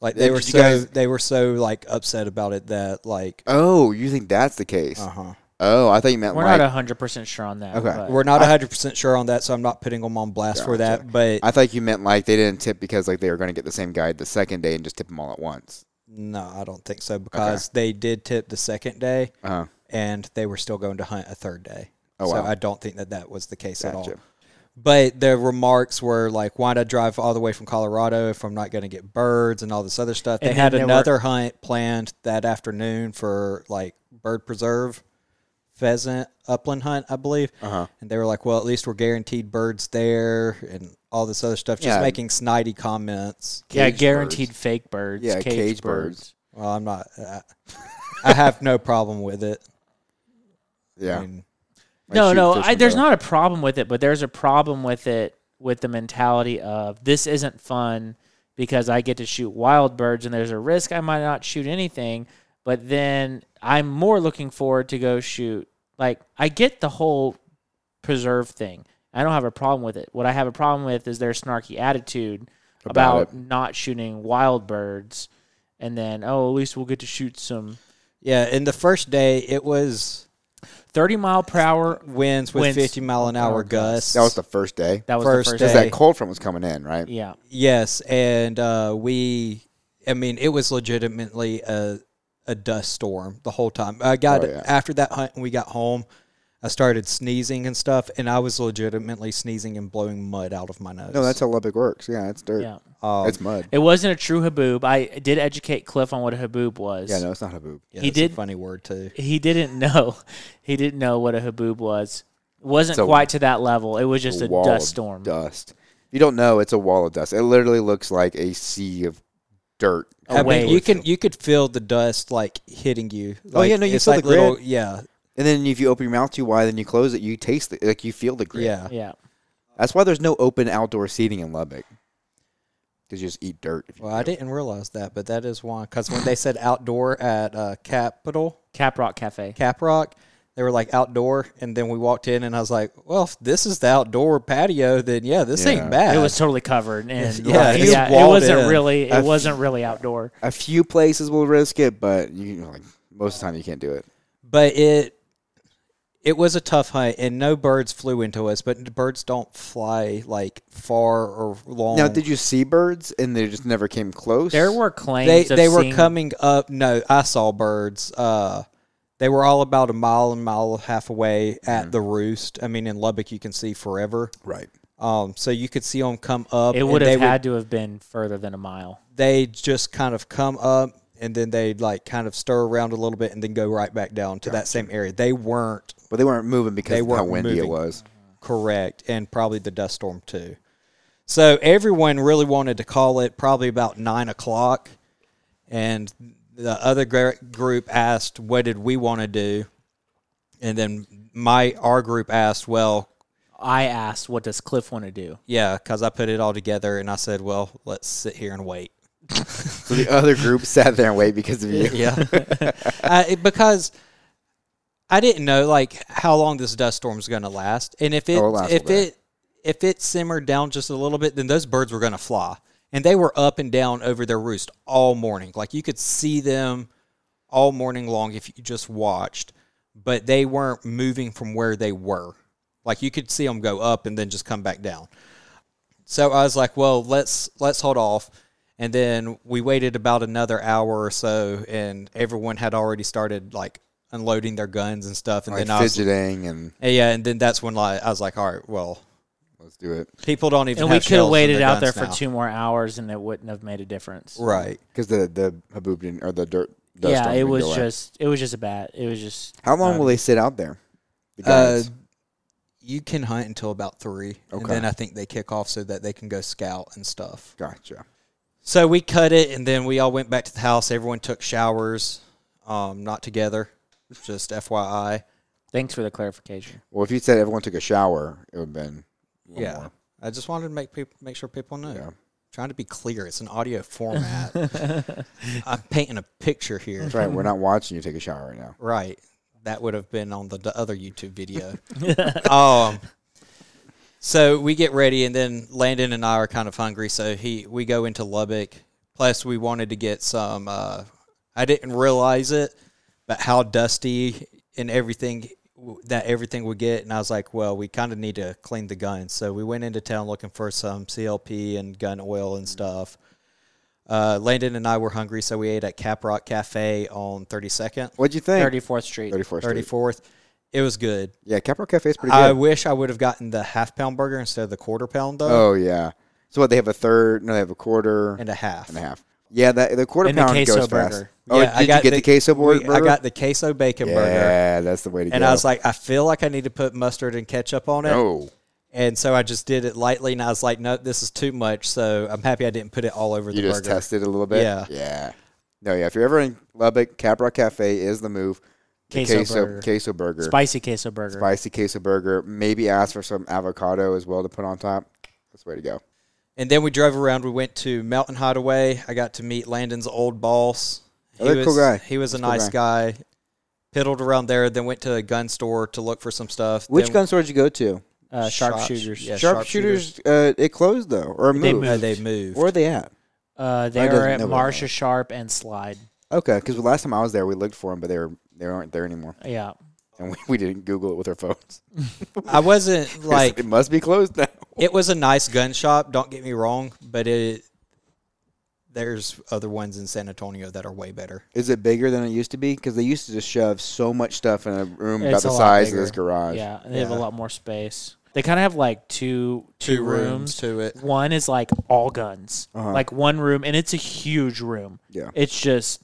Speaker 3: Like
Speaker 5: Yeah,
Speaker 3: they were
Speaker 5: did you
Speaker 3: so
Speaker 5: guys-
Speaker 3: they were so like upset about it that like
Speaker 5: Oh, you think that's the case?
Speaker 3: uh huh.
Speaker 5: Oh, I thought you meant
Speaker 4: Uh-huh. we're
Speaker 5: like
Speaker 4: not hundred percent sure on that.
Speaker 5: Okay.
Speaker 4: but-
Speaker 3: We're not 100 percent sure on that, so I'm not putting them on blast for that. But
Speaker 5: I thought you meant like they didn't tip because like they were going to get the same guide the second day and just tip them all at once.
Speaker 3: no, I don't think so because they did tip the second day
Speaker 5: Uh-huh.
Speaker 3: and they were still going to hunt a third day.
Speaker 5: Oh,
Speaker 3: so
Speaker 5: wow.
Speaker 3: I don't think that that was the case at all.
Speaker 5: Gotcha.
Speaker 3: But the remarks were like, "Why'd I drive all the way from Colorado if I'm not going to get birds and all this other stuff?" They
Speaker 4: And
Speaker 3: had
Speaker 4: then there were-
Speaker 3: another hunt planned that afternoon for like bird preserve pheasant upland hunt, I believe.
Speaker 5: Uh-huh.
Speaker 3: And they were like, "Well, at least we're guaranteed birds there,and all this other stuff." Just
Speaker 5: Yeah.
Speaker 3: making snidey comments.
Speaker 4: yeah,
Speaker 5: Caged
Speaker 4: guaranteed
Speaker 5: birds.
Speaker 4: fake birds.
Speaker 5: Yeah,
Speaker 4: caged
Speaker 5: caged
Speaker 4: birds.
Speaker 5: birds.
Speaker 3: Well, I'm not. I, I have no problem with it.
Speaker 5: Yeah.
Speaker 3: I mean,
Speaker 5: Like
Speaker 4: no,
Speaker 5: shoot
Speaker 4: no,
Speaker 5: fish
Speaker 4: I,
Speaker 5: with
Speaker 4: there's
Speaker 5: a-
Speaker 4: not a problem with it, but there's a problem with it with the mentality of this isn't fun because I get to shoot wild birds and there's a risk I might not shoot anything, but then I'm more looking forward to go shoot. Like I get the whole preserve thing. I don't have a problem with it. What I have a problem with is their snarky attitude
Speaker 5: About
Speaker 4: about not shooting wild birds and then oh, at least we'll get to shoot some
Speaker 3: Yeah, and the first day it was
Speaker 4: 30 mile per hour.
Speaker 3: winds with
Speaker 4: Winds. Oh,
Speaker 3: 50 mile an hour
Speaker 4: Hour gusts.
Speaker 3: gusts.
Speaker 5: That was the first day.
Speaker 4: That was
Speaker 3: First
Speaker 4: the first
Speaker 3: day.
Speaker 5: Because
Speaker 4: day.
Speaker 5: that cold front was coming in, right?
Speaker 4: Yeah.
Speaker 3: yes, and uh, we, I mean, it was legitimately a a dust storm the whole time. I got
Speaker 5: Oh, yeah.
Speaker 3: after that hunt and we got home. I started sneezing and stuff, and I was legitimately sneezing and blowing mud out of my nose.
Speaker 5: No, that's how Lubbock works. Yeah, it's dirt.
Speaker 4: Yeah.
Speaker 3: Um,
Speaker 5: it's mud.
Speaker 4: It wasn't a true haboob. I did educate Cliff on what a haboob was.
Speaker 5: Yeah, no, it's not a boob.
Speaker 3: yeah,
Speaker 4: he
Speaker 3: that's a
Speaker 4: did-
Speaker 3: funny word too.
Speaker 4: He didn't know. He didn't know what a haboob was. Wasn't
Speaker 5: It's a-
Speaker 4: quite to that level. It was just a,
Speaker 5: wall
Speaker 4: dust
Speaker 5: of
Speaker 4: storm.
Speaker 5: Dust. If you don't know, it's a wall of dust. It literally looks like a sea of dirt.
Speaker 4: A
Speaker 3: I mean,
Speaker 4: wave.
Speaker 3: you can you could feel the dust like hitting you.
Speaker 5: Oh, yeah,
Speaker 3: Like,
Speaker 5: no, you
Speaker 3: it's
Speaker 5: feel
Speaker 3: like
Speaker 5: the grit.
Speaker 3: little- yeah,
Speaker 5: And then if you open your mouth too wide, then you close it, you taste it, like you feel the grit.
Speaker 3: yeah,
Speaker 4: Yeah.
Speaker 5: That's why there's no open outdoor seating in Lubbock. Because you just eat dirt. if you
Speaker 3: Well, I
Speaker 5: do.
Speaker 3: didn't realize that, but that is one because when they said outdoor at uh, Capitol
Speaker 4: Cap Rock Cafe.
Speaker 3: Cap Rock, they were like outdoor, and then we walked in, and I was like, "Well, if this is the outdoor patio, then yeah, this
Speaker 5: Yeah.
Speaker 3: ain't bad."
Speaker 4: It was totally covered, and yeah,
Speaker 3: Yeah, it's
Speaker 4: it
Speaker 3: walled
Speaker 4: wasn't
Speaker 3: in.
Speaker 4: really. It
Speaker 5: I've-
Speaker 4: wasn't really outdoor.
Speaker 5: A few places will risk it, but you know, like most of the time you can't do it.
Speaker 3: but it it was a tough hunt, and no birds flew into us. But the birds don't fly like far or long.
Speaker 5: Now, did you see birds and they just never came close?
Speaker 4: Oh. There were claims
Speaker 3: They
Speaker 4: of
Speaker 3: they were
Speaker 4: seeing-
Speaker 3: coming up. No, I saw birds. Uh, they were all about a mile and mile and a half away at
Speaker 5: Mm-hmm.
Speaker 3: the roost. I mean, in Lubbock, you can see forever.
Speaker 5: Right.
Speaker 3: Um, so you could see them come up.
Speaker 4: It
Speaker 3: and
Speaker 4: would
Speaker 3: they
Speaker 4: have had to have been further than a mile.
Speaker 3: They just kind of come up and then they like kind of stir around a little bit and then go right back down to that same area. They weren't
Speaker 5: But they weren't moving because
Speaker 3: They
Speaker 5: of how
Speaker 3: weren't
Speaker 5: windy it
Speaker 3: moving.
Speaker 5: was.
Speaker 3: correct, and probably the dust storm too. So everyone really wanted to call it probably about nine o'clock, and the other gr- group asked, "What did we want to do?" And then my our group asked, "Well,
Speaker 4: I asked, "What does Cliff want to do?"
Speaker 3: yeah," because I put it all together and I said, "Well, let's sit here and wait."
Speaker 5: So the other group sat there and waited because of you.
Speaker 3: yeah uh, it- because i didn't know like how long this dust storm was going to last and if it
Speaker 5: Oh, it lasts a
Speaker 3: if
Speaker 5: bit.
Speaker 3: it if it simmered down just a little bit then those birds were going to fly and they were up and down over their roost all morning like you could see them all morning long if you just watched but they weren't moving from where they were like you could see them go up and then just come back down so I was like, well, let's let's hold off. And then we waited about another hour or so, and everyone had already started like unloading their guns and stuff. And
Speaker 5: Like
Speaker 3: then I was,
Speaker 5: fidgeting and
Speaker 3: yeah, and then that's when like, I was like, all right, well,
Speaker 5: let's do it.
Speaker 3: people don't even.
Speaker 4: And we
Speaker 3: have
Speaker 4: could
Speaker 3: shells
Speaker 4: have
Speaker 3: in
Speaker 4: waited
Speaker 3: their
Speaker 4: out there
Speaker 3: guns
Speaker 4: for
Speaker 3: now.
Speaker 4: two more hours, and it wouldn't have made a difference.
Speaker 3: Right.
Speaker 5: Because the, the haboob didn't, or the dirt. Dust
Speaker 4: Yeah,
Speaker 5: storm
Speaker 4: it
Speaker 5: didn't
Speaker 4: was
Speaker 5: go away.
Speaker 4: just. It was just a bad. It was just.
Speaker 5: How long
Speaker 4: um,
Speaker 5: will they sit out there? The
Speaker 3: Uh,
Speaker 5: guys.
Speaker 3: you can hunt until about three, and
Speaker 5: Okay.
Speaker 3: then I think they kick off so that they can go scout and stuff.
Speaker 5: gotcha.
Speaker 3: So we cut it, and then we all went back to the house. Everyone took showers, um, not together, just FYI.
Speaker 4: Thanks for the clarification.
Speaker 5: Well, if you said everyone took a shower, it would have been. one
Speaker 3: Yeah.
Speaker 5: more.
Speaker 3: I just wanted to make people make sure people know.
Speaker 5: Yeah.
Speaker 3: Trying to be clear, it's an audio format. I'm painting a picture here.
Speaker 5: That's right. We're not watching you take a shower right now.
Speaker 3: Right. That would have been on the, the other YouTube video. um, so we get ready, and then Landon and I are kind of hungry, so he we go into Lubbock. Plus, we wanted to get some. Uh, I didn't realize it, but how dusty and everything w- that everything would get, and I was like, well, we kind of need to clean the guns. So we went into town looking for some CLP and gun oil and stuff. Uh, Landon and I were hungry, so we ate at Caprock Cafe on 32nd.
Speaker 5: What'd you think?
Speaker 4: Thirty fourth Street.
Speaker 5: 34th Street.
Speaker 3: 34th. It was good.
Speaker 5: Yeah, Capital Cafe is pretty good.
Speaker 3: I wish I would have gotten the half pound burger instead of the quarter pound though,
Speaker 5: oh, yeah. So what? They have a third. No, they have a quarter
Speaker 3: and a half.
Speaker 5: and a half. Yeah, that, the quarter
Speaker 4: And the
Speaker 5: pound goes
Speaker 4: queso
Speaker 5: fast.
Speaker 4: burger.
Speaker 5: Oh, did you get the, queso
Speaker 3: we-
Speaker 5: burger?
Speaker 3: I got the queso bacon
Speaker 5: yeah,
Speaker 3: burger,
Speaker 5: that's the way to go. Oh.
Speaker 3: and I was like, I feel like I need to put mustard and ketchup on it,
Speaker 5: no.
Speaker 3: and so I just did it lightly, and I was like, no, this is too much. So I'm happy I didn't put it all over
Speaker 5: You
Speaker 3: the
Speaker 5: just
Speaker 3: burger.
Speaker 5: tested a little bit?
Speaker 3: Yeah.
Speaker 5: Yeah. No, yeah. If you're ever in Lubbock, Capra Cafe is the move. The
Speaker 4: Queso
Speaker 5: queso,
Speaker 4: burger.
Speaker 5: queso burger.
Speaker 4: Spicy queso burger.
Speaker 5: Spicy queso burger. Maybe ask for some avocado as well to put on top. That's the way to go.
Speaker 3: And then we drove around. We went to Mountain Hideaway. I got to meet Landon's old boss.
Speaker 5: Oh, they're
Speaker 3: was,
Speaker 5: cool guy.
Speaker 3: He was a
Speaker 5: cool
Speaker 3: nice guy. Piddled around there, then went to a gun store to look for some stuff.
Speaker 5: Which
Speaker 3: Then-
Speaker 5: gun store did you go to?
Speaker 4: Uh, sharpshooters.
Speaker 3: Yeah,
Speaker 5: Sharpshooters, uh, it closed though, or moved.
Speaker 4: They moved.
Speaker 3: No, they moved.
Speaker 5: Where are they at?
Speaker 4: Uh, they
Speaker 5: That
Speaker 4: are
Speaker 5: doesn't-
Speaker 4: at
Speaker 5: never mind.
Speaker 4: Marsha Sharp and Slide.
Speaker 5: Okay, because last time I was there, we looked for them, but they were they aren't there anymore,
Speaker 4: Yeah.
Speaker 5: and we, we didn't Google it with our phones.
Speaker 3: I wasn't like
Speaker 5: it must be closed now.
Speaker 3: it was a nice gun shop. Don't get me wrong, but it there's other ones in San Antonio that are way better.
Speaker 5: Is it bigger than it used to be? Because they used to just shove so much stuff in a room about
Speaker 4: It's
Speaker 5: the
Speaker 4: a lot
Speaker 5: size of
Speaker 4: bigger.
Speaker 5: this garage.
Speaker 4: Yeah, and they have a
Speaker 3: Yeah.
Speaker 4: lot more space. They kind of have like two two
Speaker 3: Two
Speaker 4: rooms
Speaker 3: rooms to it.
Speaker 4: One is like all guns, like one room, and it's a huge room.
Speaker 5: Uh-huh. Yeah.
Speaker 4: it's just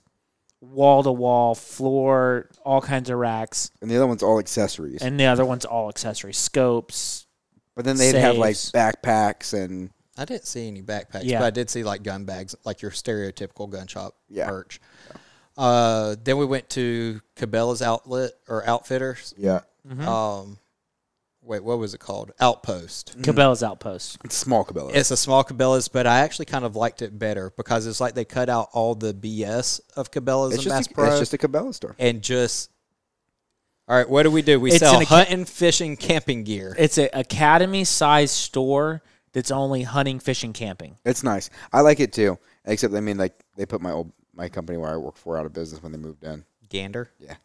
Speaker 4: wall to wall, floor, all kinds of racks,
Speaker 5: and the other one's all accessories.
Speaker 4: and the other one's all accessories, scopes.
Speaker 5: but then they'd have like
Speaker 4: saves.
Speaker 5: backpacks and
Speaker 3: I didn't see any backpacks,
Speaker 4: Yeah.
Speaker 3: but I did see like gun bags, like your stereotypical gun shop
Speaker 5: Yeah.
Speaker 3: merch. Uh, then we went to Cabela's Outlet or Outfitters.
Speaker 5: yeah,
Speaker 3: Um, wait, what was it called? Outpost.
Speaker 5: Mm.
Speaker 4: Cabela's Outpost.
Speaker 5: it's small Cabela's.
Speaker 3: It's a small Cabela's, but I actually kind of liked it better because it's like they cut out all the BS of Cabela's
Speaker 5: It's
Speaker 3: and Bass
Speaker 5: just, a,
Speaker 3: Pro
Speaker 5: it's just a Cabela store.
Speaker 3: and just. All right, what do we do? We
Speaker 4: It's
Speaker 3: sell
Speaker 4: an ac-
Speaker 3: hunting, fishing, camping gear.
Speaker 4: It's an academy sized store that's only hunting, fishing, camping.
Speaker 5: It's nice. I like it too. Except I mean, like they put my old my company where I work for out of business when they moved in.
Speaker 3: Gander.
Speaker 5: Yeah.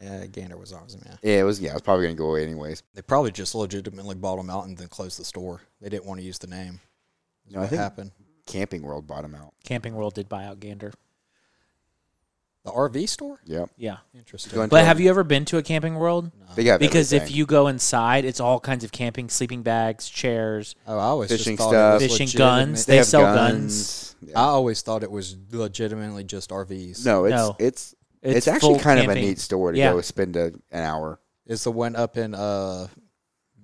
Speaker 3: Yeah, Gander was awesome. Yeah.
Speaker 5: Yeah, it was. Yeah, it was probably gonna go away anyways.
Speaker 3: They probably just legitimately bought them out and then closed the store. They didn't want to use the name.
Speaker 5: No, I
Speaker 3: What
Speaker 5: think
Speaker 3: happened?
Speaker 5: Camping World bought them out.
Speaker 4: Camping World did buy out Gander.
Speaker 3: The RV store?
Speaker 5: Yep.
Speaker 4: Yeah.
Speaker 3: Interesting.
Speaker 5: Going to-
Speaker 4: But have you ever been to a Camping World?
Speaker 5: They got
Speaker 4: Because if
Speaker 5: everything.
Speaker 4: you go inside, it's all kinds of camping, sleeping bags, chairs,
Speaker 3: oh, I always
Speaker 5: Fishing
Speaker 3: just thought it
Speaker 5: stuff.
Speaker 3: was
Speaker 4: Fishing
Speaker 3: legitimate.
Speaker 4: guns, they
Speaker 5: have
Speaker 4: sell guns.
Speaker 5: Yeah.
Speaker 3: I always thought it was legitimately just RVs.
Speaker 5: no, it's
Speaker 4: No.
Speaker 5: it's
Speaker 4: It's
Speaker 5: it's, actually
Speaker 4: full
Speaker 5: kind of a
Speaker 4: camping.
Speaker 5: neat store to
Speaker 4: Yeah.
Speaker 5: go spend a, an hour.
Speaker 3: Is the one up in uh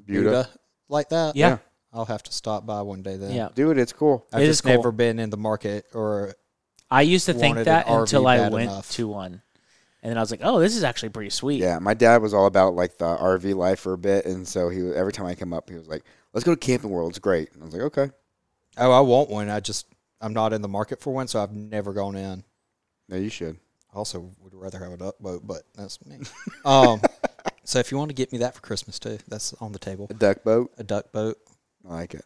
Speaker 5: Buda.
Speaker 3: Buda like that?
Speaker 4: Yeah.
Speaker 3: I'll have to stop by one day then.
Speaker 4: Yeah.
Speaker 5: Do it. It's cool.
Speaker 3: I've
Speaker 4: It
Speaker 3: just
Speaker 4: is cool.
Speaker 3: never been in the market or
Speaker 4: I used to think
Speaker 3: wanted an
Speaker 4: that
Speaker 3: RV
Speaker 4: until I
Speaker 3: bad
Speaker 4: went
Speaker 3: enough.
Speaker 4: to one. And then I was like, oh, this is actually pretty sweet.
Speaker 5: Yeah, my dad was all about like the RV life for a bit, and so he every time I come up, he was like, "Let's go to Camping World. It's great." And I was like, "Okay."
Speaker 3: oh, I want one. I just I'm not in the market for one, so I've never gone in.
Speaker 5: No, you should.
Speaker 3: also would rather have an upvote, but that's me. um, so if you want to get me that for Christmas too, that's on the table.
Speaker 5: A duck boat.
Speaker 3: A duck boat.
Speaker 5: I like it.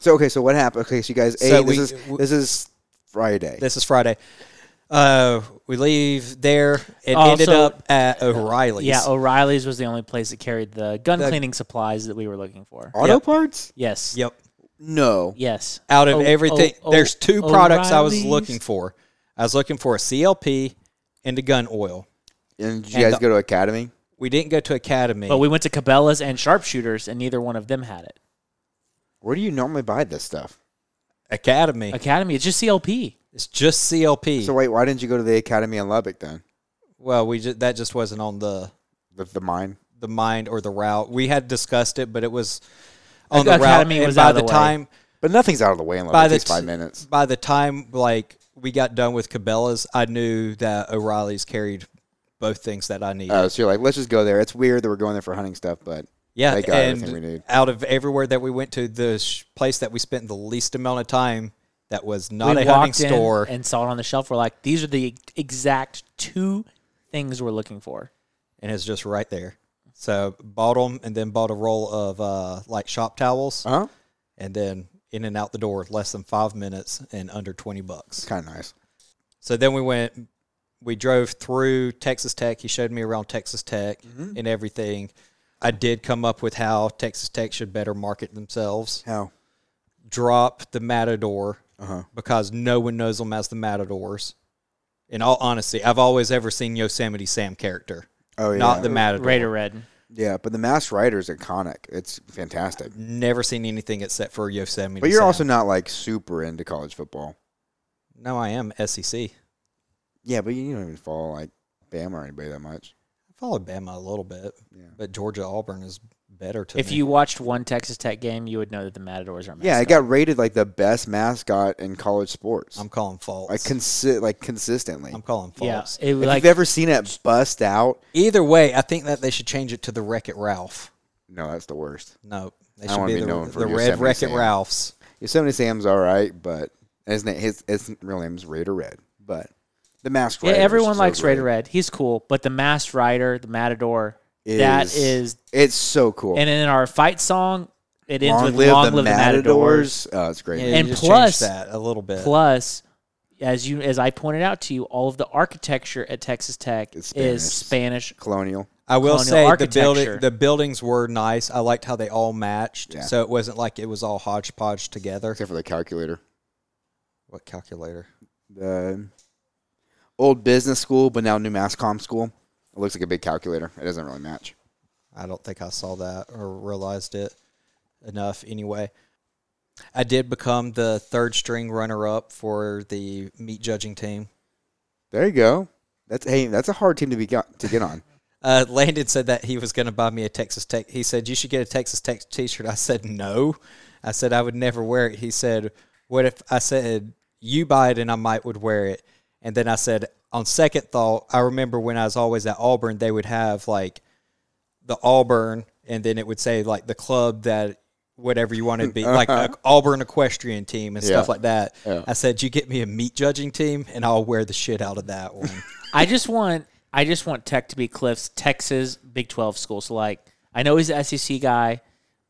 Speaker 5: So okay, so what happened? Okay, so you guys,
Speaker 3: So
Speaker 5: a, this
Speaker 3: we-
Speaker 5: is this is Friday.
Speaker 3: This is Friday. Uh, we leave there. It
Speaker 4: Also-
Speaker 3: ended up at O'Reilly's.
Speaker 4: Oh, Yeah, O'Reilly's was the only place that carried the gun
Speaker 3: The-
Speaker 4: cleaning supplies that we were looking for.
Speaker 5: Auto
Speaker 3: Yep.
Speaker 5: parts?
Speaker 4: Yes.
Speaker 3: yep.
Speaker 5: No.
Speaker 4: Yes. Oh,
Speaker 3: Out of
Speaker 4: O-
Speaker 3: everything,
Speaker 4: O- O-
Speaker 3: there's two products I was
Speaker 4: O'Reilly's.
Speaker 3: looking for. I was looking for a CLP and a gun oil.
Speaker 5: And did you
Speaker 3: And
Speaker 5: guys
Speaker 3: the-
Speaker 5: go to Academy?
Speaker 3: We didn't go to Academy.
Speaker 4: But we went to Cabela's and Sharpshooters, and neither one of them had it.
Speaker 5: Where do you normally buy this stuff?
Speaker 3: Academy.
Speaker 4: Academy, it's just CLP.
Speaker 3: It's just CLP.
Speaker 5: So wait, why didn't you go to the Academy in Lubbock then?
Speaker 3: well, we just, that just wasn't on the
Speaker 5: The, the mine.
Speaker 3: the mind or the route. We had discussed it, but it was on the
Speaker 4: Academy
Speaker 3: route.
Speaker 4: was
Speaker 3: and by
Speaker 4: out of
Speaker 3: the,
Speaker 4: the way.
Speaker 3: time,
Speaker 5: But nothing's out of the way in
Speaker 3: by
Speaker 5: Lubbock.
Speaker 3: the
Speaker 5: It's five
Speaker 3: t-
Speaker 5: minutes.
Speaker 3: By the time like we got done with Cabela's, I knew that O'Reilly's carried both things that I needed.
Speaker 5: Oh, so you're like, let's just go there. It's weird that we're going there for hunting stuff, but
Speaker 3: yeah,
Speaker 5: they got
Speaker 3: and
Speaker 5: everything we need.
Speaker 3: out of everywhere that we went to, the sh- place that we spent the least amount of time that was not
Speaker 4: we
Speaker 3: a hunting
Speaker 4: walked in
Speaker 3: store. And,
Speaker 4: and saw it on the shelf. We're like, these are the exact two things we're looking for.
Speaker 3: it's just right there. So bought them and then bought a roll of uh, like shop towels
Speaker 5: Huh?
Speaker 3: and then in and out the door, less than five minutes and under 20 bucks.
Speaker 5: It's kind of nice.
Speaker 3: So then we went, we drove through Texas Tech. He showed me around Texas Tech
Speaker 5: Mm-hmm.
Speaker 3: and everything. I did come up with how Texas Tech should better market themselves.
Speaker 5: How?
Speaker 3: Drop the Matador
Speaker 5: Uh-huh.
Speaker 3: because no one knows them as the Matadors. In all honesty, I've always ever seen Yosemite Sam character,
Speaker 5: Oh, yeah.
Speaker 3: not the Matador.
Speaker 4: Raider Red.
Speaker 5: yeah, but the Mass Rider is iconic. It's fantastic.
Speaker 3: Never seen anything except for Yosemite.
Speaker 5: But you're
Speaker 3: Sam.
Speaker 5: also not like super into college football.
Speaker 3: no, I am SEC. I
Speaker 5: Yeah, but you don't even follow like Bama or anybody that much.
Speaker 3: follow Bama a little bit, but Georgia Auburn is better to
Speaker 4: If
Speaker 3: me.
Speaker 4: you watched one Texas Tech game, you would know that the Matadors are.
Speaker 5: Yeah, it
Speaker 4: mascot.
Speaker 5: got rated like the best mascot in college sports.
Speaker 3: I'm calling false.
Speaker 5: like consi- like consistently.
Speaker 3: I'm calling false.
Speaker 4: Yeah, it,
Speaker 5: if
Speaker 4: like
Speaker 5: you've ever seen it bust out,
Speaker 3: Either way, I think that they should change it to the Wreck It Ralph.
Speaker 5: no, that's the worst.
Speaker 3: No, they
Speaker 5: I
Speaker 3: should
Speaker 5: wanna
Speaker 3: be,
Speaker 5: be
Speaker 3: the,
Speaker 5: known for
Speaker 3: the Red
Speaker 5: Yosemite
Speaker 3: Wreck It
Speaker 5: Sam.
Speaker 3: Ralphs.
Speaker 5: Yosemite Sam's all right, but and his name his, his real name's Raider Red, but the mask.
Speaker 4: yeah, everyone likes Raider Red. He's cool, but the Masked Rider, the Matador, that is.
Speaker 5: it's so cool.
Speaker 4: And in our fight song, it ends with "Long Live the Matadors."
Speaker 5: Oh, it's great.
Speaker 3: Yeah, you
Speaker 4: And
Speaker 3: just
Speaker 4: plus-
Speaker 3: change that a little bit.
Speaker 4: Plus, as you as I pointed out to you, all of the architecture at Texas Tech
Speaker 5: It's
Speaker 4: is
Speaker 5: Spanish.
Speaker 4: Spanish.
Speaker 5: Colonial.
Speaker 3: I will
Speaker 4: Colonial
Speaker 3: say the building
Speaker 4: architecture.
Speaker 3: the buildings were nice. I liked how they all matched,
Speaker 5: Yeah.
Speaker 3: so it wasn't like it was all hodgepodge together.
Speaker 5: Except for the calculator.
Speaker 3: What calculator?
Speaker 5: The old business school, but now new mass comm school. It looks like a big calculator. It doesn't really match.
Speaker 3: I don't think I saw that or realized it enough. Anyway, I did become the third string runner up for the meat judging team.
Speaker 5: There you go. That's hey, that's a hard team to be got, to get on.
Speaker 3: Uh, Landon said that he was going to buy me a Texas Tech. He said, You should get a Texas Tech t shirt. I said, No. I said, I would never wear it. He said, What if I said, You buy it and I might would wear it? And then I said, On second thought, I remember when I was always at Auburn, they would have like the Auburn and then it would say like the club that whatever you wanted to be, like a Auburn equestrian team and
Speaker 5: Uh-huh.
Speaker 3: stuff
Speaker 5: Yeah.
Speaker 3: like that.
Speaker 5: Yeah.
Speaker 3: I said, You get me a meat judging team and I'll wear the shit out of that one.
Speaker 4: I just want I just want Tech to be Cliff's Texas Big Twelve school. So like I know he's an SEC guy,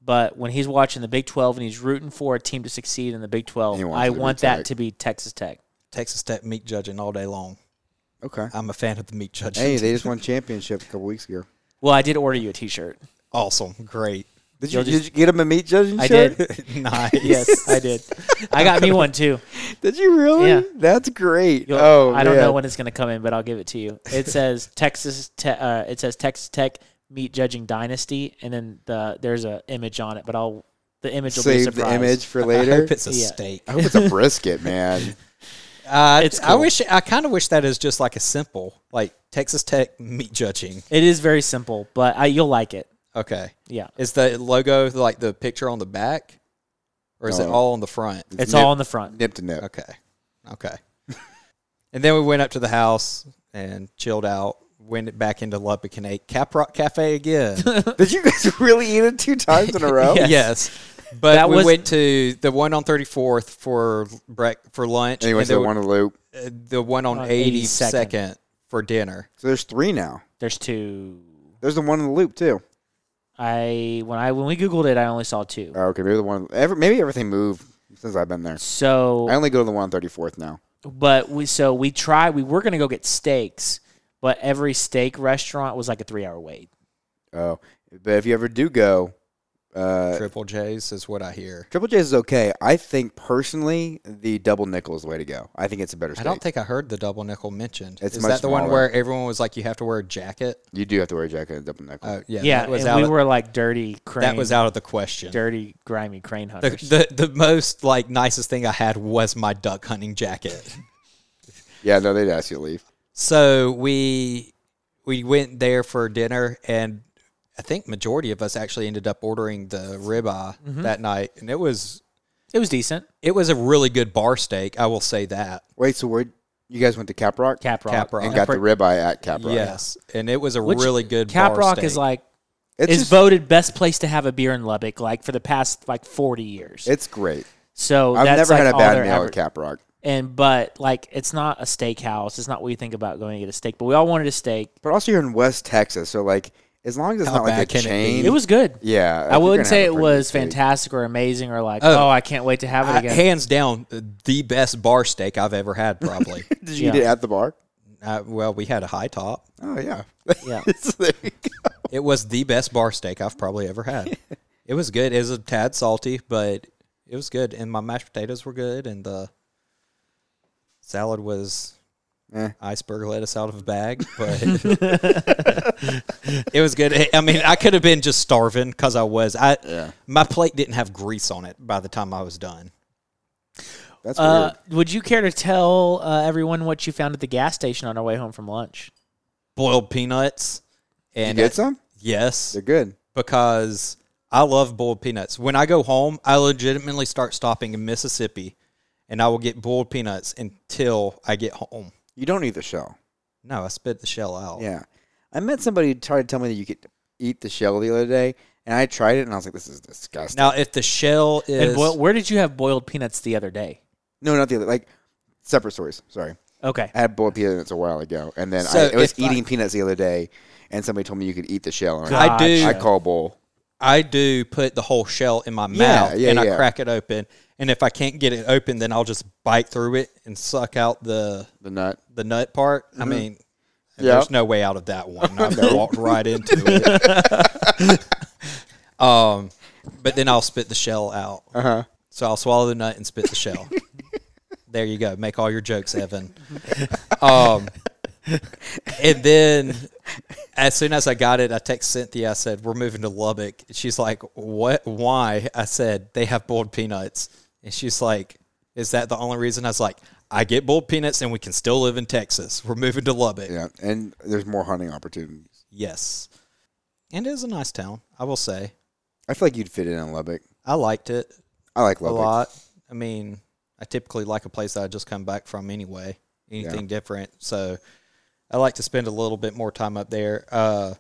Speaker 4: but when he's watching the Big Twelve and he's rooting for a team to succeed in the Big Twelve,
Speaker 5: He wants
Speaker 4: I
Speaker 5: it to be
Speaker 4: want that
Speaker 5: Tech.
Speaker 4: to be Texas Tech.
Speaker 3: Texas Tech meat judging all day long.
Speaker 5: Okay.
Speaker 3: I'm a fan of the meat judging.
Speaker 5: Hey, they just won championship a couple weeks ago.
Speaker 4: Well, I did order you a T-shirt.
Speaker 3: awesome, great,
Speaker 5: Did
Speaker 4: You'll
Speaker 5: you,
Speaker 4: just-
Speaker 5: did you get him a meat judging
Speaker 4: I
Speaker 5: shirt?
Speaker 4: did.
Speaker 3: nice.
Speaker 4: Yes, I did. I got me one too.
Speaker 5: Did you really?
Speaker 4: Yeah.
Speaker 5: That's great.
Speaker 4: You'll-
Speaker 5: oh,
Speaker 4: I don't
Speaker 5: man.
Speaker 4: know when it's going to come in, but I'll give it to you. It says Texas. Te- uh, it says Texas Tech meat judging dynasty, and then the there's a image on it. But I'll the image will be a
Speaker 5: Save the
Speaker 4: surprise.
Speaker 5: image for
Speaker 3: I
Speaker 5: later. Oh,
Speaker 3: hope it's a
Speaker 4: Yeah.
Speaker 3: steak.
Speaker 5: I hope it's a brisket, man.
Speaker 3: Uh,
Speaker 4: It's
Speaker 3: I
Speaker 4: cool.
Speaker 3: wish. I kind of wish that is just like a simple, like Texas Tech meat judging.
Speaker 4: It is very simple, but I, you'll like it.
Speaker 3: Okay,
Speaker 4: Yeah,
Speaker 3: is the logo like the picture on the back, or is it
Speaker 5: No.
Speaker 3: all on the front?
Speaker 4: it's
Speaker 5: nip-
Speaker 4: all in the front.
Speaker 5: Nip to nip.
Speaker 3: Okay, okay. and then we went up to the house and chilled out. Went back into Lubbock and ate Caprock Cafe again.
Speaker 5: Did you guys really eat it two times in a row?
Speaker 3: Oh, yes. But
Speaker 4: That
Speaker 3: we
Speaker 4: was-
Speaker 3: went to the one on 34th for break for lunch.
Speaker 5: Anyway,
Speaker 3: and then
Speaker 5: so
Speaker 3: we-
Speaker 5: one of the loop.
Speaker 3: uh, the one on
Speaker 4: On
Speaker 3: 82nd,
Speaker 4: 82nd.
Speaker 3: for dinner.
Speaker 5: So there's three now.
Speaker 4: There's two.
Speaker 5: There's the one in the loop too.
Speaker 4: I when I when we googled it, I only saw two.
Speaker 5: Oh, okay, maybe the one. Every, maybe everything moved since I've been there.
Speaker 4: So
Speaker 5: I only go to the one on 34th now.
Speaker 4: But we so we tried. We were gonna go get steaks, but every steak restaurant was like a three hour wait.
Speaker 5: Oh, but if you ever do go, uh,
Speaker 3: Triple J's is what I hear.
Speaker 5: Triple J's is okay. I think personally, the double nickel is the way to go. I think it's a better.
Speaker 3: I
Speaker 5: Steak.
Speaker 3: don't think I heard the double nickel mentioned.
Speaker 5: It's
Speaker 3: is
Speaker 5: much
Speaker 3: that the one
Speaker 5: smaller.
Speaker 3: where everyone was like, you have to wear a jacket?
Speaker 5: you do have to wear a jacket and a double nickel.
Speaker 3: Uh, yeah,
Speaker 4: Yeah,
Speaker 3: that was
Speaker 4: and
Speaker 3: out.
Speaker 4: we
Speaker 3: of,
Speaker 4: were like dirty crane.
Speaker 3: that was out of the question.
Speaker 4: dirty grimy crane
Speaker 3: The,
Speaker 4: hunters.
Speaker 3: the the most like nicest thing I had was my duck hunting jacket.
Speaker 5: yeah, no, they'd ask you to leave.
Speaker 3: so we we went there for dinner, and I think majority of us actually ended up ordering the ribeye
Speaker 4: Mm-hmm.
Speaker 3: that night, and it was
Speaker 4: it was decent.
Speaker 3: it was a really good bar steak. I will say that.
Speaker 5: Wait, so where you guys went to Caprock?
Speaker 4: Cap rock.
Speaker 3: Cap Rock.
Speaker 5: and got the ribeye at Caprock.
Speaker 3: Yes, and it was a
Speaker 4: Which-
Speaker 3: really good
Speaker 4: Cap
Speaker 3: bar
Speaker 4: rock
Speaker 3: steak.
Speaker 4: is like
Speaker 5: it's
Speaker 4: is
Speaker 5: just-
Speaker 4: voted best place to have a beer in Lubbock like for the past like forty years.
Speaker 5: it's great.
Speaker 4: so
Speaker 5: I've
Speaker 4: that's
Speaker 5: never
Speaker 4: like
Speaker 5: had a
Speaker 4: all
Speaker 5: bad
Speaker 4: their
Speaker 5: meal
Speaker 4: adver-
Speaker 5: at Caprock.
Speaker 4: And but like it's not a steakhouse. It's not what you think about going to get a steak. But we all wanted a steak.
Speaker 5: But also, you're in West Texas, so like, as long as it's
Speaker 3: How
Speaker 5: not like
Speaker 3: bad
Speaker 5: a
Speaker 3: can it be?
Speaker 5: chain,
Speaker 4: It was good.
Speaker 5: Yeah,
Speaker 4: I wouldn't say it
Speaker 5: think you're gonna have a pretty
Speaker 4: was
Speaker 5: good steak.
Speaker 4: fantastic or amazing or like,
Speaker 3: Oh.
Speaker 4: oh, I can't wait to have it
Speaker 3: I-
Speaker 4: again.
Speaker 3: hands down the best bar steak I've ever had. Probably.
Speaker 5: Did you
Speaker 4: Yeah.
Speaker 5: eat it at the bar?
Speaker 3: uh, well, we had a high top.
Speaker 5: Oh yeah.
Speaker 4: Yeah.
Speaker 5: So there you go.
Speaker 3: It was the best bar steak I've probably ever had. it was good. It was a tad salty, but it was good. And my mashed potatoes were good, and the salad was
Speaker 5: Eh.
Speaker 3: iceberg lettuce out of a bag, but it was good. I mean, I could have been just starving because I was. I my plate didn't have grease on it by the time I was done.
Speaker 5: That's
Speaker 4: Uh,
Speaker 5: weird.
Speaker 4: would you care to tell uh, everyone what you found at the gas station on our way home from lunch?
Speaker 3: Boiled peanuts, and
Speaker 5: you get some?
Speaker 3: yes,
Speaker 5: They're good.
Speaker 3: because I love boiled peanuts. When I go home, I legitimately start stopping in Mississippi and I will get boiled peanuts until I get home.
Speaker 5: You don't eat the shell.
Speaker 3: No, I spit the shell out.
Speaker 5: Yeah. I met somebody who tried to tell me that you could eat the shell the other day, and I tried it, and I was like, "This is disgusting."
Speaker 3: Now, if the shell is
Speaker 4: And wh- where did you have boiled peanuts the other day?
Speaker 5: no, not the other. Like separate stories. Sorry,
Speaker 4: Okay.
Speaker 5: I had boiled peanuts a while ago, and then
Speaker 3: So
Speaker 5: I, I was
Speaker 3: if I-
Speaker 5: eating peanuts the other day, and somebody told me you could eat the shell. And I,
Speaker 3: I do
Speaker 5: I call bowl.
Speaker 3: I do put the whole shell in
Speaker 5: Yeah,
Speaker 3: my mouth
Speaker 5: yeah,
Speaker 3: and I
Speaker 5: yeah.
Speaker 3: crack it open. And if I can't get it open, then I'll just bite through it and suck out the
Speaker 5: The nut.
Speaker 3: the nut part. I mean,
Speaker 5: Yeah.
Speaker 3: there's no way out of that one. I walked right into it. um, but then I'll spit the shell out.
Speaker 5: Uh-huh.
Speaker 3: So I'll swallow the nut and spit the shell. there you go. Make all your jokes, Evan. um, and then as soon as I got it, I text Cynthia. I said, "We're moving to Lubbock." She's like, "What? Why?" I said, "They have boiled peanuts." And she's like, "Is that the only reason?" I was like, "I get boiled peanuts, and we can still live in Texas. We're moving to Lubbock."
Speaker 5: Yeah. And there's more hunting opportunities.
Speaker 3: Yes, and it is a nice town. I will say,
Speaker 5: I feel like you'd fit in in Lubbock.
Speaker 3: I liked it
Speaker 5: I like
Speaker 3: a
Speaker 5: Lubbock.
Speaker 3: lot. I mean, I typically like a place that I just come back from anyway. Anything different, so I like to spend a little bit more time up there. Uh,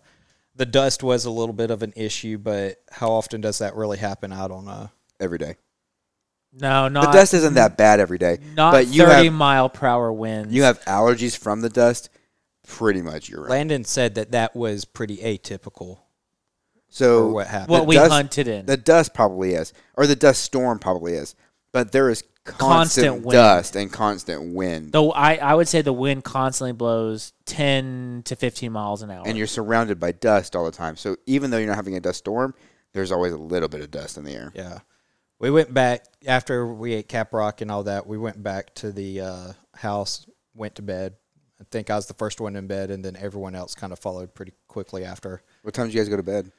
Speaker 3: the dust was a little bit of an issue, but how often does that really happen? I don't know.
Speaker 5: every day.
Speaker 4: No,
Speaker 5: The
Speaker 4: not
Speaker 5: dust isn't that bad every day.
Speaker 4: not
Speaker 5: but you
Speaker 4: thirty
Speaker 5: have
Speaker 4: mile per hour winds.
Speaker 5: you have allergies from the dust pretty much year round.
Speaker 3: Landon said that that was pretty atypical
Speaker 5: So
Speaker 3: for what happened.
Speaker 4: what
Speaker 5: the
Speaker 4: we
Speaker 5: dust-
Speaker 4: hunted in.
Speaker 5: The dust probably is, or the dust storm probably is, but there is constant,
Speaker 4: Constant wind.
Speaker 5: dust and constant wind,
Speaker 4: Though I, I would say the wind constantly blows ten to fifteen miles an hour.
Speaker 5: and you're surrounded by dust all the time. So even though you're not having a dust storm, there's always a little bit of dust in the air.
Speaker 3: Yeah. We went back after we ate Cap Rock and all that. We went back to the uh, house, went to bed. I think I was the first one in bed, and then everyone else kind of followed pretty quickly after.
Speaker 5: What time did you guys go to bed?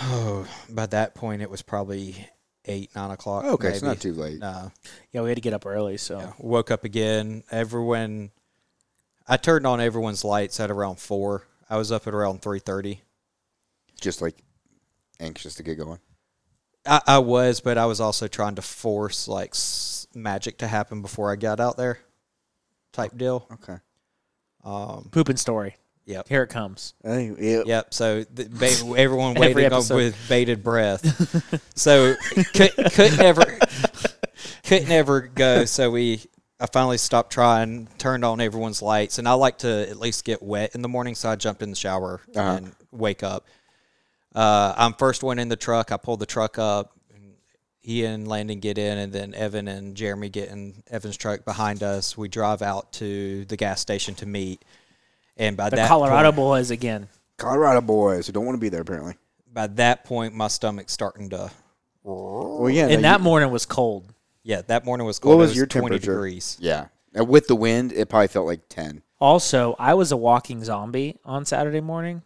Speaker 3: Oh, by that point, it was probably eight, nine o'clock.
Speaker 5: Oh, okay,
Speaker 3: maybe.
Speaker 5: it's not too late.
Speaker 3: No.
Speaker 4: yeah, we had to get up early, so
Speaker 3: Woke up again. Everyone, I turned on everyone's lights at around four. I was up at around three thirty.
Speaker 5: Just like anxious to get going.
Speaker 3: I, I was, but I was also trying to force like s- magic to happen before I got out there, type deal.
Speaker 5: Okay.
Speaker 3: Um,
Speaker 4: pooping story.
Speaker 3: yep.
Speaker 4: Here it comes.
Speaker 3: Yep. So the, ba- everyone
Speaker 4: Every
Speaker 3: waited on,
Speaker 4: episode.
Speaker 3: with bated breath. so could, could never, could never go. So we, I finally stopped trying, turned on everyone's lights, and I like to at least get wet in the morning. So I jumped in the shower
Speaker 5: Uh-huh.
Speaker 3: and wake up. Uh, I'm first one in the truck. I pull the truck up. and He and Landon get in, and then Evan and Jeremy get in Evan's truck behind us. We drive out to the gas station to meet. And by
Speaker 4: The
Speaker 3: that
Speaker 4: Colorado
Speaker 3: point-
Speaker 4: boys again.
Speaker 5: Colorado boys who don't want to be there apparently.
Speaker 3: by that point my stomach's starting to
Speaker 5: Well, yeah.
Speaker 4: and
Speaker 5: no,
Speaker 4: that
Speaker 5: you-
Speaker 4: morning was cold.
Speaker 3: yeah that morning was cold
Speaker 5: what
Speaker 3: It
Speaker 5: was, your
Speaker 3: 20
Speaker 5: temperature?
Speaker 3: degrees
Speaker 5: Yeah. And with the wind, it probably felt like ten.
Speaker 4: Also, I was a walking zombie on Saturday morning.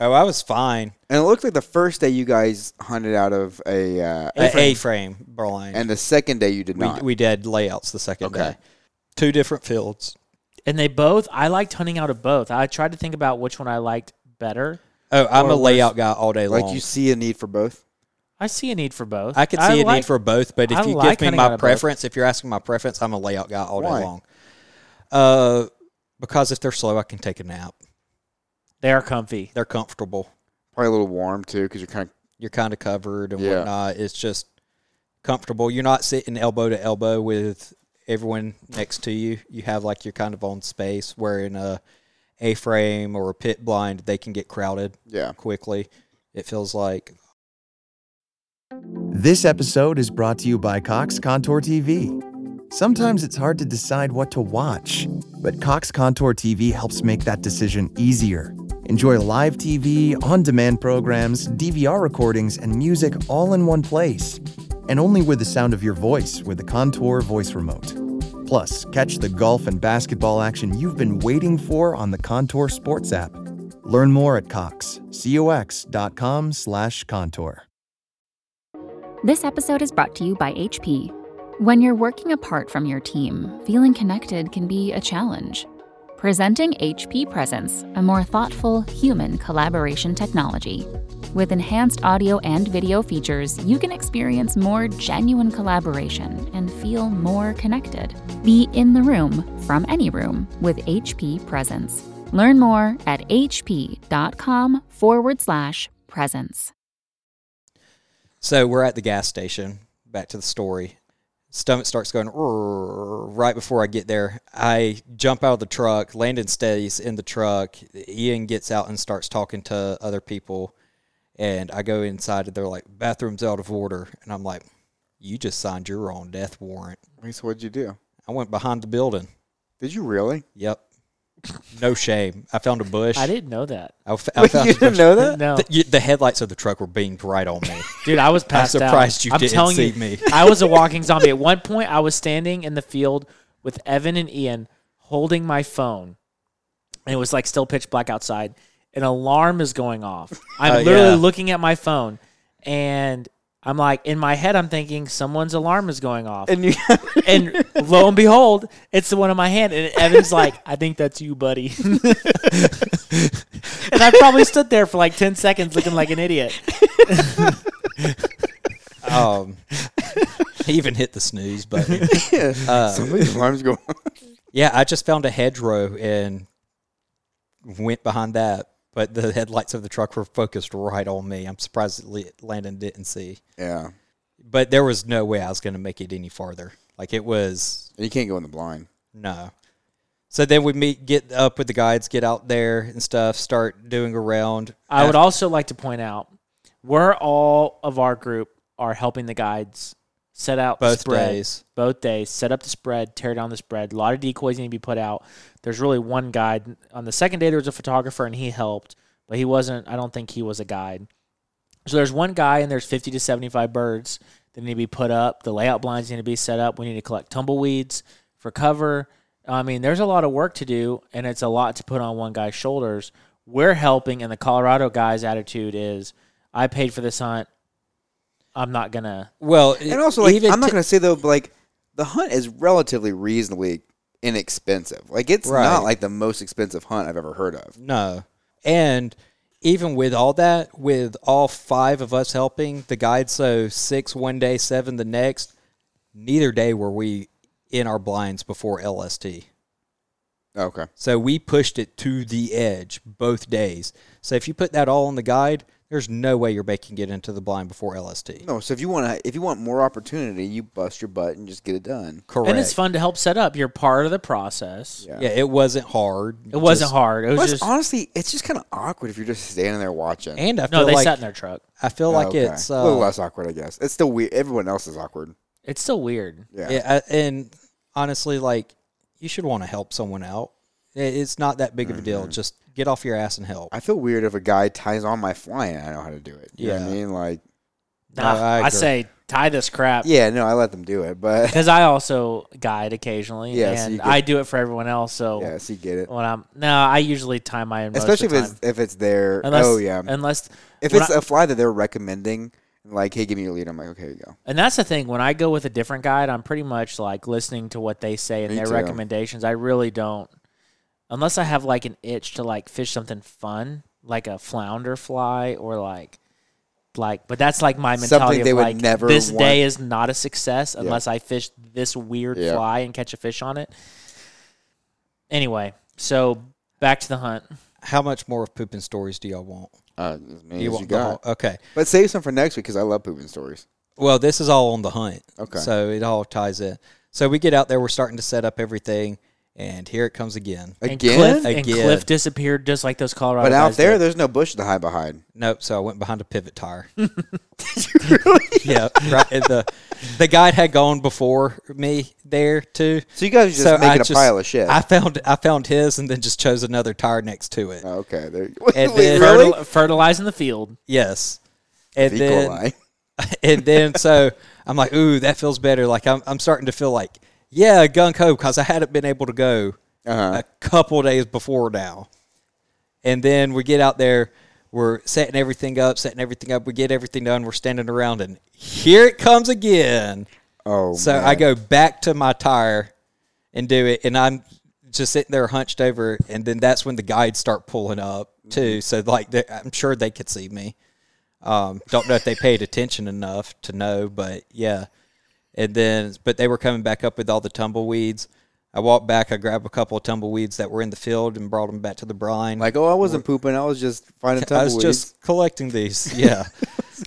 Speaker 3: oh i was fine
Speaker 5: And it looked like the first day you guys hunted out of a, uh,
Speaker 3: a frame berlin
Speaker 5: and the second day you did
Speaker 3: we,
Speaker 5: not.
Speaker 3: we did layouts the second
Speaker 5: Okay.
Speaker 3: day two different fields
Speaker 4: And they both I liked hunting out of both. I tried to think about which one I liked better.
Speaker 3: oh i'm
Speaker 4: Or
Speaker 3: a
Speaker 4: worse.
Speaker 3: layout guy all day
Speaker 5: like
Speaker 3: long
Speaker 5: you see a need for both.
Speaker 4: I see a need for both.
Speaker 3: i could see
Speaker 4: a
Speaker 3: a need for both but if
Speaker 4: I
Speaker 3: you
Speaker 4: like
Speaker 3: give me
Speaker 4: hunting out
Speaker 3: my
Speaker 4: of both.
Speaker 3: preference if you're asking my preference i'm a layout guy all
Speaker 5: Why?
Speaker 3: day long uh because if they're slow i can take a nap
Speaker 4: They are comfy.
Speaker 3: they're comfortable
Speaker 5: Probably a little warm too, because you're kind of
Speaker 3: you're kind of covered and
Speaker 5: Yeah.
Speaker 3: whatnot. It's just comfortable. You're not sitting elbow to elbow with everyone next to you. You have like your kind of own space where in a A frame or a pit blind, they can get crowded
Speaker 5: yeah.
Speaker 3: quickly. It feels like
Speaker 6: This episode is brought to you by Cox Contour TV. Sometimes it's hard to decide what to watch, but Cox Contour TV helps make that decision easier. Enjoy live TV, on demand programs, DVR recordings, and music all in one place. And only with the sound of your voice with the Contour voice remote. Plus, catch the golf and basketball action you've been waiting for on the Contour Sports app. Learn more at Cox, cox.com slash contour.
Speaker 7: This episode is brought to you by HP. When you're working apart from your team, feeling connected can be a challenge. Presenting HP Presence, a more thoughtful, human collaboration technology. With enhanced audio and video features, you can experience more genuine collaboration and feel more connected. Be in the room, from any room, with HP Presence. Learn more at hp.com forward slash presence.
Speaker 3: so. We're at the gas station. Back to the story. Stomach starts going "Rrrr," right before I get there. I jump out of the truck. Landon stays in the truck. Ian gets out and starts talking to other people. and I go inside and they're like, bathroom's out of order. And I'm like, You just signed your own death warrant.
Speaker 5: Wait, so what'd you do?
Speaker 3: I went behind the building.
Speaker 5: Did you really?
Speaker 3: Yep. No shame. I found a bush.
Speaker 4: I didn't know that.
Speaker 3: I, f- I found
Speaker 5: you
Speaker 3: a bush.
Speaker 5: didn't know that?
Speaker 4: No,
Speaker 3: The, you, the headlights of the truck were beamed right on me.
Speaker 4: dude, I was passed out.
Speaker 3: surprised you
Speaker 4: I'm
Speaker 3: didn't
Speaker 4: telling
Speaker 3: see
Speaker 4: you,
Speaker 3: me.
Speaker 4: I was a walking zombie. At one point, I was standing in the field with Evan and Ian holding my phone, and it was like still pitch black outside. An alarm is going off. I'm
Speaker 3: Oh,
Speaker 4: literally
Speaker 3: yeah.
Speaker 4: looking at my phone, and I'm like, in my head, I'm thinking someone's alarm is going off.
Speaker 5: And you
Speaker 4: and lo and behold, it's the one in my hand. And Evan's like, I think that's you, buddy. and I probably stood there for like 10 seconds looking like an idiot.
Speaker 3: Um, he even hit the snooze button. Uh,
Speaker 5: somebody's alarms go.
Speaker 3: Yeah, I just found a hedgerow and went behind that, but the headlights of the truck were focused right on me. I'm surprised that Le- Landon didn't see.
Speaker 5: yeah,
Speaker 3: But there was no way I was going to make it any farther. Like it was
Speaker 5: you can't go in the blind.
Speaker 3: no. So then we meet, get up with the guides, get out there and stuff, start doing around.
Speaker 4: I would also like to point out we're all of our group are helping the guides set out the
Speaker 3: Both
Speaker 4: spread,
Speaker 3: days.
Speaker 4: both days, set up the spread, tear down the spread. A lot of decoys need to be put out. There's really one guide. On the second day, there was a photographer and he helped, but he wasn't. I don't think he was a guide. So there's one guy and there's 50 to 75 birds that need to be put up. The layout blinds need to be set up. We need to collect tumbleweeds for cover. I mean, there's a lot of work to do, and it's a lot to put on one guy's shoulders. We're helping, and the Colorado guy's attitude is, "I paid for this hunt. I'm not gonna."
Speaker 3: Well,
Speaker 5: And also, like,
Speaker 3: E even
Speaker 5: I'm not
Speaker 3: t-
Speaker 5: going to say though, but, like, the hunt is relatively reasonably inexpensive. Like, it's
Speaker 3: Right.
Speaker 5: not like the most expensive hunt I've ever heard of.
Speaker 3: No. And even with all that, with all five of us helping, the guide, so six one day, seven the next, neither day were we in our blinds before LST.
Speaker 5: Okay,
Speaker 3: So we pushed it to the edge both days. So if you put that all on the guide, there's no way you're making it into the blind before LST.
Speaker 5: no. So if you want to, if you want more opportunity, you bust your butt and just get it done.
Speaker 3: Correct.
Speaker 4: And it's fun to help set up. You're part of the process.
Speaker 5: Yeah.
Speaker 3: Yeah, it wasn't hard.
Speaker 4: It wasn't hard. It was
Speaker 5: Plus,
Speaker 4: just
Speaker 5: honestly, it's just kind of awkward if you're just standing there watching.
Speaker 3: And I feel
Speaker 4: no. They
Speaker 3: like
Speaker 4: sat in their truck.
Speaker 3: I
Speaker 4: Oh,
Speaker 3: feel like it's
Speaker 5: a little
Speaker 3: uh,
Speaker 5: less awkward, I guess. It's still weird. Everyone else is awkward.
Speaker 4: It's still weird.
Speaker 5: Yeah.
Speaker 3: Yeah, I- and honestly, like you should want to help someone out. I- It's not that big of a deal. Just get off your ass and help.
Speaker 5: Mm-hmm. I feel weird if a guy ties on my fly and I know how to do it. You know what I
Speaker 3: Yeah.
Speaker 5: mean? Like,
Speaker 4: Nah,
Speaker 3: No, I
Speaker 4: I,
Speaker 3: agree.
Speaker 4: say tie this crap.
Speaker 5: yeah, no, I let them do it, but
Speaker 4: Because I also guide occasionally,
Speaker 5: Yeah, so
Speaker 4: and
Speaker 5: you get-
Speaker 4: I do it for everyone else. So
Speaker 5: yes, you get it.
Speaker 3: Oh,
Speaker 4: when I'm no, I usually time my own.
Speaker 5: Especially if
Speaker 4: most of the
Speaker 5: it's if it's their
Speaker 4: time. unless
Speaker 5: oh yeah
Speaker 4: unless
Speaker 5: if
Speaker 4: when
Speaker 5: it's
Speaker 4: I-
Speaker 5: a fly that they're recommending like hey give me your lead I'm like okay here you go
Speaker 4: and that's the thing when I go with a different guide, I'm pretty much like listening to what they say and
Speaker 5: Me
Speaker 4: their
Speaker 5: too.
Speaker 4: recommendations. I really don't unless I have like an itch to like fish something fun, like a flounder fly or like. Like, but that's like my mentality.
Speaker 5: Something
Speaker 4: of
Speaker 5: they would
Speaker 4: like,
Speaker 5: never
Speaker 4: This
Speaker 5: want-
Speaker 4: day is not a success unless I fish this weird
Speaker 5: Yeah.
Speaker 4: fly and catch a fish on it. Anyway, so back to the hunt.
Speaker 3: How much more of pooping stories do y'all want?
Speaker 5: uh, as many
Speaker 3: you
Speaker 5: as
Speaker 3: want
Speaker 5: you
Speaker 3: the
Speaker 5: got
Speaker 3: whole- okay.
Speaker 5: but save some for next week because I love pooping stories
Speaker 3: Well, this is all on the hunt.
Speaker 5: Okay.
Speaker 3: So it all ties in. So we get out there. We're starting to set up everything, and here it comes again.
Speaker 4: And
Speaker 5: again
Speaker 4: Cliff, and
Speaker 3: Again.
Speaker 4: Cliff disappeared just like those Colorado.
Speaker 5: but out
Speaker 4: guys
Speaker 5: there
Speaker 4: did.
Speaker 5: there's no bush to hide behind
Speaker 3: Nope. So I went behind a pivot tire. yeah. Right. and the the guide had gone before me there too.
Speaker 5: so you guys are just
Speaker 3: So I
Speaker 5: making a
Speaker 3: just-
Speaker 5: pile of shit
Speaker 3: I found I found his and then just chose another tire next to it.
Speaker 5: Oh, okay there you
Speaker 3: And
Speaker 5: Wait,
Speaker 3: then-
Speaker 5: really
Speaker 4: Fertil- fertilizing the field.
Speaker 3: Yes. And
Speaker 5: Fecal
Speaker 3: then,
Speaker 5: lie.
Speaker 3: and then so I'm like, ooh, that feels better. Like I'm, I'm starting to feel like, yeah, gung ho, because I hadn't been able to go
Speaker 5: Uh-huh.
Speaker 3: a couple days before now. And then we get out there, we're setting everything up, setting everything up. We get everything done. We're standing around, and here it comes again.
Speaker 5: oh
Speaker 3: So I go back to my tire and do it, and I'm just sitting there hunched over, and then that's when the guides start pulling up
Speaker 5: Mm-hmm.
Speaker 3: too. So like, they- I'm sure they could see me. Um, don't know if they paid attention enough to know, but yeah. And then, but they were coming back up with all the tumbleweeds. I walked back. I grabbed a couple of tumbleweeds that were in the field and brought them back to the brine.
Speaker 5: like oh I wasn't pooping I was just finding
Speaker 3: I was
Speaker 5: tumbleweeds
Speaker 3: just collecting these. Yeah.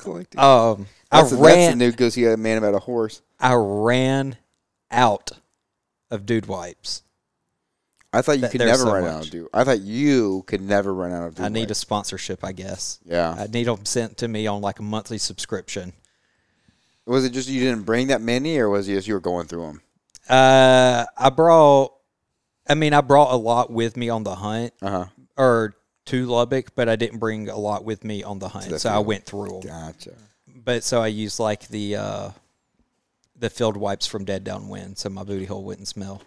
Speaker 5: collecting
Speaker 3: Um, I
Speaker 5: that's,
Speaker 3: ran.
Speaker 5: a, that's a new goosey man about a horse
Speaker 3: I ran out of dude wipes.
Speaker 5: I thought you
Speaker 3: That
Speaker 5: could
Speaker 3: there's
Speaker 5: never
Speaker 3: so
Speaker 5: run out
Speaker 3: much.
Speaker 5: of do I thought you could never run out of do
Speaker 3: I need a sponsorship, I guess.
Speaker 5: yeah
Speaker 3: I need them sent to me on like a monthly subscription.
Speaker 5: Was it just you didn't bring that many, or was it just you were going through them?
Speaker 3: Uh, I brought. I mean, I brought a lot with me on the hunt,
Speaker 5: Uh huh.
Speaker 3: or to Lubbock, but I didn't bring a lot with me on the hunt, so I
Speaker 5: field.
Speaker 3: went through them.
Speaker 5: Gotcha.
Speaker 3: But so I used like the uh, the field wipes from Dead Downwind, so my booty hole wouldn't smell.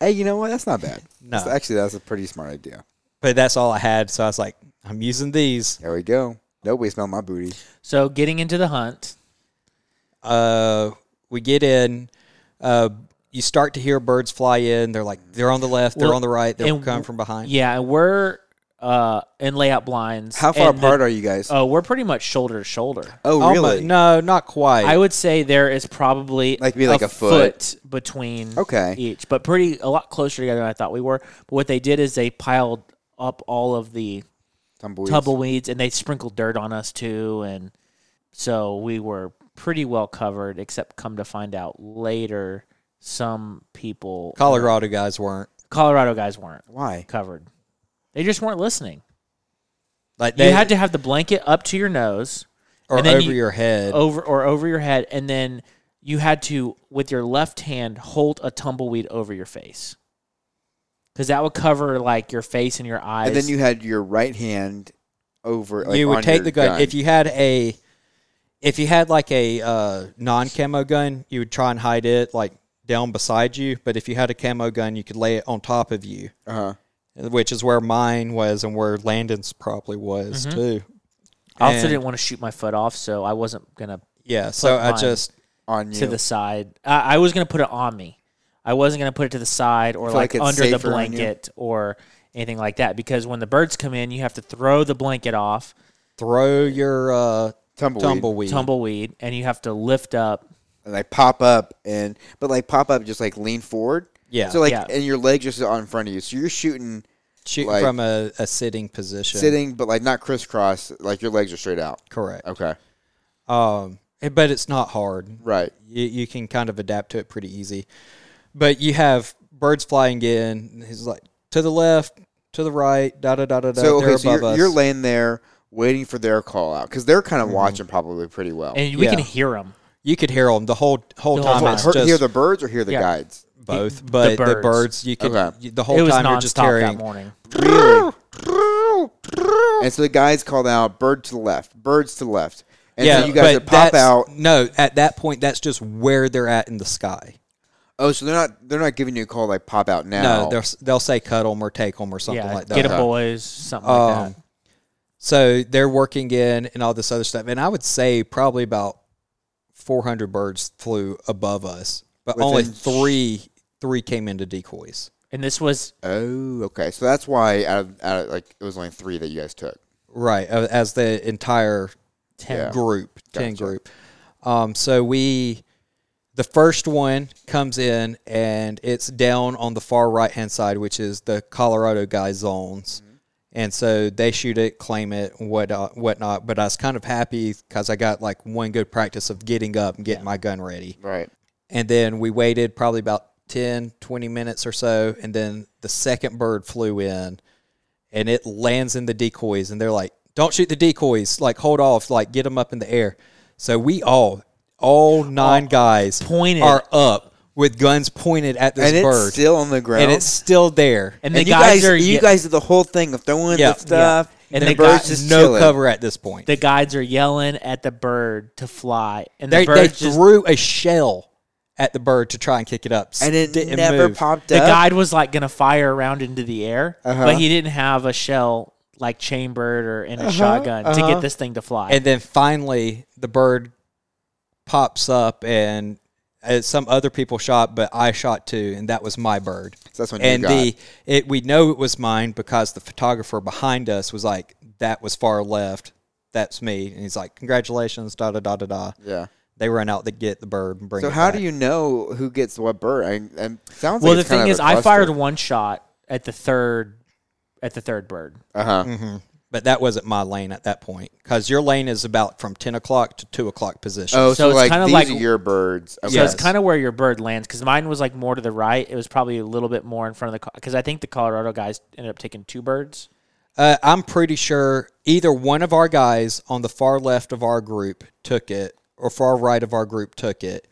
Speaker 5: Hey, you know what? That's not bad.
Speaker 3: No.
Speaker 5: That's- actually, that's a pretty smart idea.
Speaker 3: But that's all I had, so I was like, I'm using these.
Speaker 5: There we go. Nobody smelled my booty.
Speaker 4: So getting into the hunt,
Speaker 3: Uh, we get in. Uh, you start to hear birds fly in. They're like they're on the left, they're
Speaker 4: Well,
Speaker 3: on the right, they're
Speaker 4: and
Speaker 3: coming from behind.
Speaker 4: yeah, and we're uh, in layout blinds.
Speaker 5: How far
Speaker 4: and the-
Speaker 5: apart are you guys?
Speaker 3: uh,
Speaker 4: Oh, we're pretty much shoulder to shoulder.
Speaker 5: oh,
Speaker 3: Almo-
Speaker 5: really?
Speaker 3: No, not quite.
Speaker 4: I would say there is probably
Speaker 5: Like, be like a foot.
Speaker 4: between
Speaker 5: Okay.
Speaker 4: each, but pretty a lot closer together than I thought we were. But what they did is they piled up all of the
Speaker 5: Tumbleweeds.
Speaker 4: tumbleweeds and they sprinkled dirt on us too, and so we were pretty well covered. Except come to find out later, some people
Speaker 3: Colorado guys weren't
Speaker 4: Colorado guys weren't
Speaker 5: Why?
Speaker 4: covered. They just weren't listening.
Speaker 3: like they
Speaker 4: you had to have the blanket up to your nose
Speaker 3: or
Speaker 4: and then
Speaker 3: over
Speaker 4: you- Oh,
Speaker 3: your head.
Speaker 4: over or over your head and then you had to with your left hand hold a tumbleweed over your face because that would cover like your face and your eyes
Speaker 5: And then you had your right hand over. Like,
Speaker 3: you
Speaker 5: on
Speaker 3: would take
Speaker 5: your
Speaker 3: the gun. if you had a if you had like a uh, non camo gun you would try and hide it like down beside you but if you had a camo gun you could lay it on top of you
Speaker 5: Uh-huh.
Speaker 3: which is where mine was and where landon's probably was
Speaker 4: Mm-hmm.
Speaker 3: too
Speaker 4: i also
Speaker 3: and-
Speaker 4: didn't want to shoot my foot off so i wasn't gonna
Speaker 3: yeah so i
Speaker 4: mine.
Speaker 3: just
Speaker 5: on you.
Speaker 4: to the side I, I was gonna put it on me i wasn't gonna put it to the side or
Speaker 5: feel
Speaker 4: like,
Speaker 5: like it's
Speaker 4: under the
Speaker 5: safer on you?
Speaker 4: blanket or anything like that because when the birds come in you have to throw the blanket off
Speaker 3: throw your uh,
Speaker 5: Tumbleweed.
Speaker 3: tumbleweed
Speaker 4: tumbleweed and you have to lift up
Speaker 5: and like pop up and but like pop up just like lean forward.
Speaker 3: Yeah.
Speaker 5: So like
Speaker 4: Yeah.
Speaker 5: and your legs just are in front of you. So you're shooting
Speaker 3: shooting
Speaker 5: like-
Speaker 3: from a, a sitting position
Speaker 5: sitting, but like not crisscross. Like your legs are straight out.
Speaker 3: correct
Speaker 5: Okay.
Speaker 3: um, but it's not hard
Speaker 5: Right.
Speaker 3: you, you can kind of adapt to it pretty easy. But you have birds flying in. and He's like to the left, to the right, da da da da da.
Speaker 5: so
Speaker 3: they're
Speaker 5: okay, so
Speaker 3: above
Speaker 5: you're,
Speaker 3: us.
Speaker 5: you're laying there waiting for their call out because they're kind
Speaker 3: Mm-hmm.
Speaker 5: of watching probably pretty well.
Speaker 4: and we can
Speaker 3: Yeah.
Speaker 4: hear them
Speaker 3: you could hear them the whole whole
Speaker 4: The whole
Speaker 3: time.
Speaker 4: time.
Speaker 3: It's
Speaker 5: Hear-
Speaker 3: just
Speaker 5: hear the birds or hear the
Speaker 4: Yeah.
Speaker 5: guides.
Speaker 3: both, but the birds.
Speaker 4: birds.
Speaker 3: you could
Speaker 5: Okay.
Speaker 3: you- the
Speaker 4: it
Speaker 3: whole
Speaker 4: was
Speaker 3: time
Speaker 4: nonstop
Speaker 3: you're just hearing.
Speaker 4: that morning
Speaker 5: Really? and so the guides called out bird to the left, birds to the left. And
Speaker 3: yeah,
Speaker 5: so you guys
Speaker 3: but
Speaker 5: would pop
Speaker 3: that's-
Speaker 5: out.
Speaker 3: No, at that point, that's just where they're at in the sky.
Speaker 5: Oh, so they're not they're not giving you a call like pop out now.
Speaker 3: No, they'll they'll say cut them or take them or something
Speaker 4: yeah,
Speaker 3: like that.
Speaker 4: get a boys, something like
Speaker 3: Um, So they're working in and all this other stuff. And I would say probably about 400 birds flew above us, but only
Speaker 5: Within sh-
Speaker 3: three three came into decoys.
Speaker 4: that. And this was
Speaker 5: Oh, okay. So that's why out of, out of like it was only three that you guys took.
Speaker 3: Right, a- as the entire
Speaker 4: ten.
Speaker 5: Yeah.
Speaker 3: group, 10
Speaker 5: Gotcha.
Speaker 3: group. Um, so we the first one comes in and it's down on the far right hand side, which is the Colorado guy zones. And so they shoot it, claim it, what uh, whatnot. But I was kind of happy because I got like one good practice of getting up and getting my gun ready.
Speaker 5: Right.
Speaker 3: And then we waited probably about 10, 20 minutes or so. And then the second bird flew in and it lands in the decoys. And they're like, don't shoot the decoys. Like, hold off. Like, get them up in the air. So we all, all nine guys
Speaker 4: pointed.
Speaker 3: are up with guns pointed at this
Speaker 5: and it's
Speaker 3: bird.
Speaker 5: still on the ground.
Speaker 3: and it's still there.
Speaker 4: And
Speaker 5: And
Speaker 4: the
Speaker 5: you
Speaker 4: guys,
Speaker 5: guys,
Speaker 4: are
Speaker 5: you
Speaker 4: ye-
Speaker 5: guys did the whole thing of throwing
Speaker 3: Yeah.
Speaker 5: the stuff.
Speaker 4: Yeah. And
Speaker 5: the
Speaker 4: they
Speaker 5: birds
Speaker 4: got
Speaker 5: just
Speaker 3: no
Speaker 5: chilling.
Speaker 3: cover at this point.
Speaker 4: the guides are yelling at the bird to fly, and the
Speaker 3: they,
Speaker 4: bird
Speaker 3: they
Speaker 4: just,
Speaker 3: threw a shell at the bird to try and kick it up.
Speaker 5: and it
Speaker 3: Didn't
Speaker 5: never
Speaker 3: move.
Speaker 5: popped
Speaker 4: the
Speaker 5: up.
Speaker 4: guide was like gonna fire around into the air,
Speaker 3: Uh-huh.
Speaker 4: but he didn't have a shell like chambered or in a shotgun to get this thing to fly.
Speaker 3: Uh-huh, and then finally the bird pops up and uh, some other people shot but i shot too and that was my bird
Speaker 5: So that's when you
Speaker 3: and
Speaker 5: got-
Speaker 3: the it we know it was mine because the photographer behind us was like that was far left that's me and he's like congratulations da da da da da
Speaker 5: yeah.
Speaker 3: they run out to get the bird and bring
Speaker 5: So
Speaker 3: it
Speaker 5: how
Speaker 3: back.
Speaker 5: do you know who gets what bird? I, I, sounds
Speaker 4: well,
Speaker 5: like
Speaker 4: the
Speaker 5: it's kind
Speaker 4: thing
Speaker 5: of
Speaker 4: is,
Speaker 5: a
Speaker 4: I
Speaker 5: cluster.
Speaker 4: fired one shot at the third, at the third bird.
Speaker 5: Uh-huh.
Speaker 3: Mm-hmm. but that wasn't my lane at that point because your lane is about from 10 o'clock to 2 o'clock position
Speaker 5: Oh,
Speaker 4: So
Speaker 5: so,
Speaker 4: it's
Speaker 5: like
Speaker 4: kinda
Speaker 5: these
Speaker 4: like-
Speaker 5: are your birds. Okay.
Speaker 4: So it's
Speaker 3: Yes.
Speaker 4: kind of where your bird lands because mine was like more to the right. It was probably a little bit more in front of the because I think the Colorado guys ended up taking two birds.
Speaker 3: Uh, I'm pretty sure either one of our guys on the far left of our group took it, or far right of our group took it,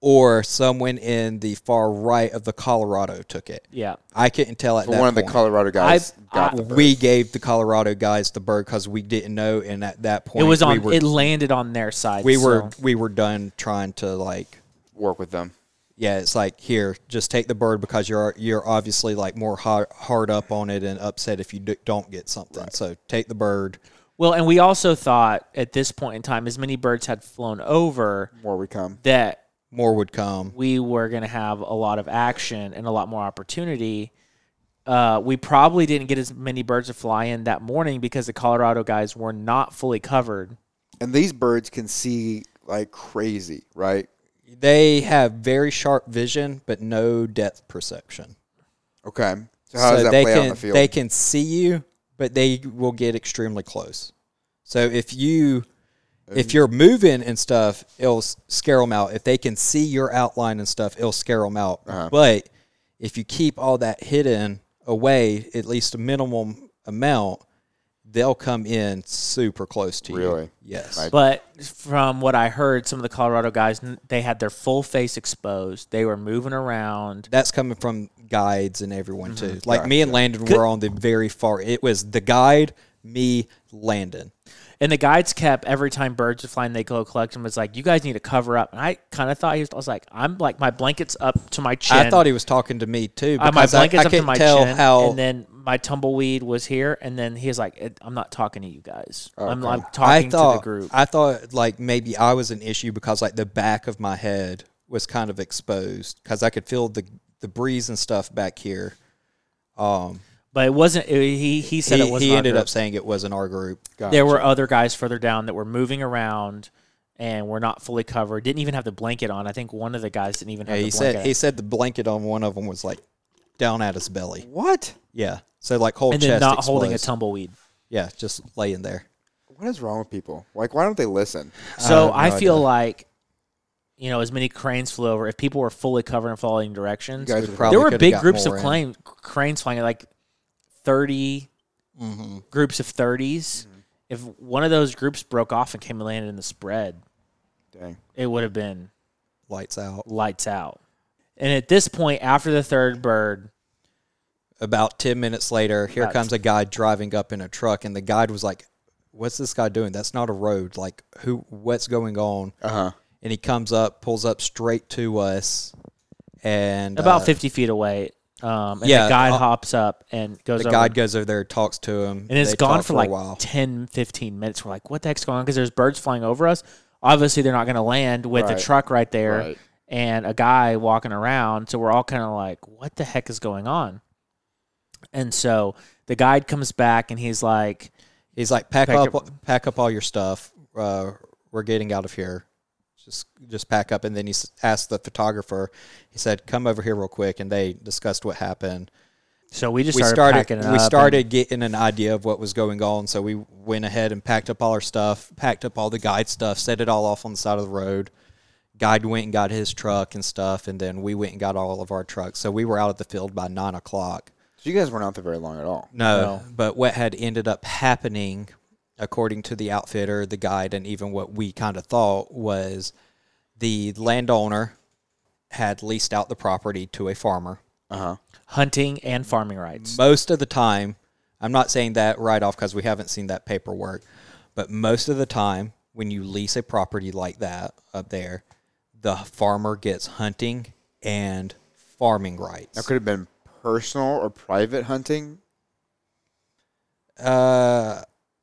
Speaker 3: or someone in the far right of the Colorado took it.
Speaker 4: Yeah.
Speaker 3: I couldn't tell at
Speaker 5: For
Speaker 3: that
Speaker 5: one of the
Speaker 3: point.
Speaker 5: Colorado guys
Speaker 4: I've-
Speaker 5: got
Speaker 4: I-
Speaker 5: the bird.
Speaker 3: we gave the Colorado guys the bird because we didn't know, and at that point
Speaker 4: It was on.
Speaker 3: We were,
Speaker 4: it landed on their side.
Speaker 3: we were
Speaker 4: so-
Speaker 3: we were done trying to like
Speaker 5: work with them.
Speaker 3: yeah, it's like here, just take the bird because you're you're obviously like more hard, hard up on it and upset if you do, don't get something. So take the bird.
Speaker 4: well, and we also thought at this point in time, as many birds had flown over
Speaker 5: More we come.
Speaker 4: that
Speaker 3: More would come.
Speaker 4: we were going to have a lot of action and a lot more opportunity. Uh, we probably didn't get as many birds to fly in that morning because the Colorado guys were not fully covered.
Speaker 5: And these birds can see like crazy, right?
Speaker 3: They have very sharp vision, but no depth perception.
Speaker 5: Okay. So how does that
Speaker 3: they
Speaker 5: play
Speaker 3: can
Speaker 5: out on the field?
Speaker 3: they can see you, but they will get extremely close. So if you if you're moving and stuff, it'll s- scare them out. If they can see your outline and stuff, it'll scare them out.
Speaker 5: Uh-huh.
Speaker 3: But if you keep all that hidden away, at least a minimum amount, they'll come in super close to you.
Speaker 5: Really?
Speaker 3: Yes.
Speaker 5: Right.
Speaker 4: But from what I heard, some of the Colorado guys n- they had their full face exposed. They were moving around.
Speaker 3: That's coming from guides and everyone
Speaker 4: Mm-hmm.
Speaker 3: too. Like me and Landon were on the very far. It was the guide, me, Landon.
Speaker 4: And the guides kept every time birds would fly and they go collect them. It's like you guys need to cover up. And I kind of thought he was. I was like, I'm like my blankets up to my chin.
Speaker 3: I thought he was talking to me too
Speaker 4: Uh, my
Speaker 3: because I, I
Speaker 4: blankets up to
Speaker 3: couldn't
Speaker 4: my
Speaker 3: tell
Speaker 4: chin,
Speaker 3: how.
Speaker 4: and then my tumbleweed was here. And then he was like, "It- "I'm not talking to you guys. I'm, I'm
Speaker 3: I
Speaker 4: talking
Speaker 3: thought
Speaker 4: to the group."
Speaker 3: I thought like maybe I was an issue because like the back of my head was kind of exposed because I could feel the the breeze and stuff back here. Um,
Speaker 4: but it wasn't. it- he he said
Speaker 3: he,
Speaker 4: it was.
Speaker 3: he ended up saying it wasn't our group.
Speaker 4: there were other guys further down that were moving around and were not fully covered. Didn't even have the blanket on. I think one of the guys didn't even have
Speaker 3: Yeah,
Speaker 4: the
Speaker 3: he
Speaker 4: blanket.
Speaker 3: said he said the blanket on one of them was like down at his belly.
Speaker 5: what?
Speaker 3: Yeah, so like whole
Speaker 4: and then
Speaker 3: chest
Speaker 4: not holding a
Speaker 3: exposed.
Speaker 4: tumbleweed.
Speaker 3: Yeah, just laying there.
Speaker 5: What is wrong with people? Like, why don't they listen?
Speaker 4: So
Speaker 3: have
Speaker 4: I,
Speaker 3: no
Speaker 4: feel
Speaker 3: idea.
Speaker 4: like, you know, as many cranes flew over, if people were fully covered in following directions,
Speaker 5: guys
Speaker 3: We
Speaker 5: were-
Speaker 3: probably
Speaker 4: there were
Speaker 3: could've
Speaker 4: big
Speaker 3: got
Speaker 4: groups of
Speaker 3: more in.
Speaker 4: claim, cranes flying at like 30
Speaker 3: Mm-hmm.
Speaker 4: groups of 30s. If one of those groups broke off and came and landed in the spread,
Speaker 5: Dang.
Speaker 4: it would have been
Speaker 3: Lights out.
Speaker 4: lights out. And at this point, after the third bird,
Speaker 3: About 10 minutes later, here
Speaker 4: About-
Speaker 3: comes a guy driving up in a truck, and the guide was like, What's this guy doing? That's not a road. Like, who, what's going on?
Speaker 5: Uh
Speaker 4: Uh-huh.
Speaker 5: huh.
Speaker 3: And he comes up, pulls up straight to us, and
Speaker 4: about
Speaker 3: uh,
Speaker 4: 50 feet away, um, and
Speaker 3: yeah,
Speaker 4: the guide
Speaker 3: uh,
Speaker 4: hops up and goes
Speaker 3: the
Speaker 4: over.
Speaker 3: guide goes over there, talks to him,
Speaker 4: and it's
Speaker 3: They
Speaker 4: gone
Speaker 3: talk
Speaker 4: for like
Speaker 3: a while.
Speaker 4: 10 15 minutes we're like what the heck's going on because there's birds flying over us obviously they're not going to land with
Speaker 5: Right.
Speaker 4: a truck right there
Speaker 5: Right.
Speaker 4: and a guy walking around so we're all kind of like what the heck is going on and so the guide comes back and he's like
Speaker 3: He's like, Pack,
Speaker 4: Pack
Speaker 3: up,
Speaker 4: up-
Speaker 3: pack up all your stuff. Uh, we're getting out of here. Just, just pack up. And then he s- asked the photographer, He said, Come over here real quick. And they discussed what happened.
Speaker 4: so we just
Speaker 3: we
Speaker 4: started,
Speaker 3: started
Speaker 4: packing it
Speaker 3: we
Speaker 4: up
Speaker 3: started getting an idea of what was going on so we went ahead and packed up all our stuff packed up all the guide stuff set it all off on the side of the road guide went and got his truck and stuff and then we went and got all of our trucks so we were out at the field by nine o'clock
Speaker 5: So you guys weren't out there very long at all.
Speaker 3: no, but what had ended up happening, according to the outfitter, the guide, and even what we kind of thought was the landowner had leased out the property to a farmer.
Speaker 5: Uh huh.
Speaker 4: and hunting and farming rights
Speaker 3: Most of the time, I'm not saying that right off because we haven't seen that paperwork, but most of the time, when you lease a property like that up there, the farmer gets hunting and farming rights.
Speaker 5: That could have been personal or private hunting.
Speaker 3: Uh,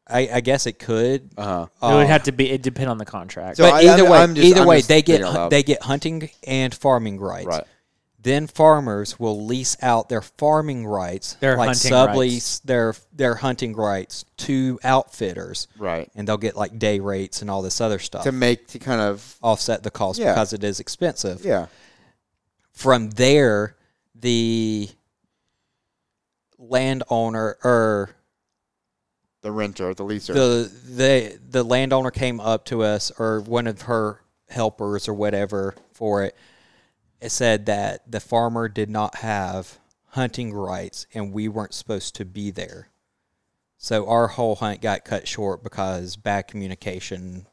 Speaker 3: I, I guess it could.
Speaker 5: Uh huh.
Speaker 4: it would
Speaker 3: Uh,
Speaker 4: have to be it depend on the contract
Speaker 5: So
Speaker 3: but
Speaker 5: I-
Speaker 3: either
Speaker 5: I'm-
Speaker 3: way,
Speaker 5: I'm just-
Speaker 3: either
Speaker 5: I'm
Speaker 3: way,
Speaker 5: just
Speaker 3: they
Speaker 5: thinking
Speaker 3: get
Speaker 5: out loud.
Speaker 3: they get hunting and farming rights.
Speaker 5: Right.
Speaker 3: Then farmers will lease out their farming rights,
Speaker 4: Their
Speaker 3: like
Speaker 4: hunting
Speaker 3: sublease
Speaker 4: rights.
Speaker 3: their their hunting rights to outfitters,
Speaker 5: Right.
Speaker 3: and they'll get like day rates and all this other stuff
Speaker 5: To make to kind of
Speaker 3: offset the cost
Speaker 5: Yeah.
Speaker 3: because it is expensive.
Speaker 5: yeah.
Speaker 3: From there, the landowner or
Speaker 5: The renter, the leaser.
Speaker 3: the the the landowner came up to us or one of her helpers or whatever for it. It said that the farmer did not have hunting rights and we weren't supposed to be there. So our whole hunt got cut short because bad communication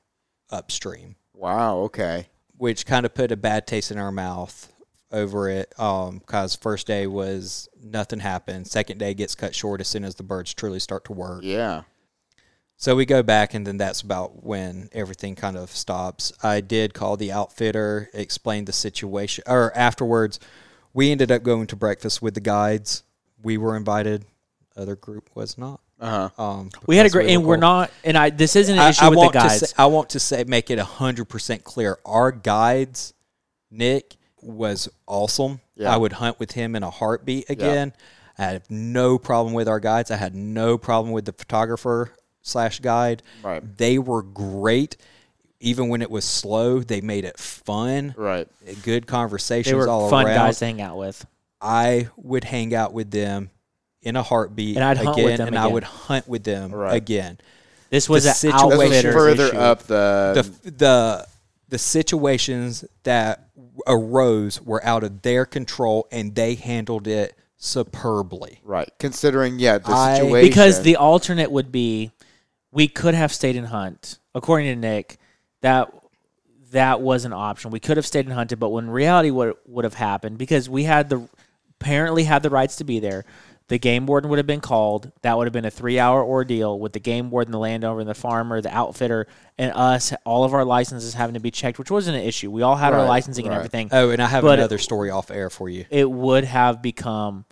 Speaker 3: upstream.
Speaker 5: Wow. Okay.
Speaker 3: which kind of put a bad taste in our mouth over it because first day was nothing happened second day gets cut short as soon as the birds truly start to work
Speaker 5: Yeah.
Speaker 3: so we go back and then that's about when everything kind of stops i did call the outfitter explain the situation or afterwards we ended up going to breakfast with the guides we were invited other group was not
Speaker 5: Uh huh.
Speaker 3: um,
Speaker 4: Uh-huh. We had a
Speaker 3: because
Speaker 4: great, and
Speaker 3: were
Speaker 4: we're
Speaker 3: cold.
Speaker 4: not, and I. This isn't an
Speaker 3: I,
Speaker 4: issue
Speaker 3: I
Speaker 4: with
Speaker 3: want
Speaker 4: the guides.
Speaker 3: To say, I want to say, make it hundred percent clear. Our guides, Nick, was awesome.
Speaker 5: Yeah.
Speaker 3: I would hunt with him in a heartbeat again. I had no problem with our guides. I had no problem with the photographer slash guide.
Speaker 5: Right.
Speaker 3: They were great. Even when it was slow, they made it fun.
Speaker 5: Right.
Speaker 3: Good conversations
Speaker 4: they were
Speaker 3: all
Speaker 4: fun
Speaker 3: around.
Speaker 4: guys to hang out with.
Speaker 3: I would hang out with them in a heartbeat
Speaker 4: And I'd
Speaker 3: again,
Speaker 4: hunt with them
Speaker 3: and I
Speaker 4: again.
Speaker 3: would hunt with them
Speaker 5: Right.
Speaker 3: again.
Speaker 4: This was
Speaker 3: The
Speaker 4: an
Speaker 3: situation-
Speaker 5: That's
Speaker 3: Outfitter
Speaker 5: what's
Speaker 4: outfitter
Speaker 5: further
Speaker 4: issue.
Speaker 5: up the,
Speaker 3: the the the situations that arose were out of their control and they handled it superbly.
Speaker 5: right. Considering yeah the
Speaker 3: I-
Speaker 5: situation
Speaker 4: because the alternate would be we could have stayed and hunt. According to Nick, that that was an option. We could have stayed and hunted, but when reality would would have happened because we had the apparently had the rights to be there. The game warden would have been called. That would have been a three-hour ordeal with the game warden, the landowner, and the farmer, the outfitter, and us. All of our licenses having to be checked, which wasn't an issue. We all had our
Speaker 5: Right,
Speaker 4: licensing
Speaker 5: right.
Speaker 4: and everything
Speaker 3: Oh, and I have
Speaker 4: But-
Speaker 3: another story off air for you.
Speaker 4: it would have become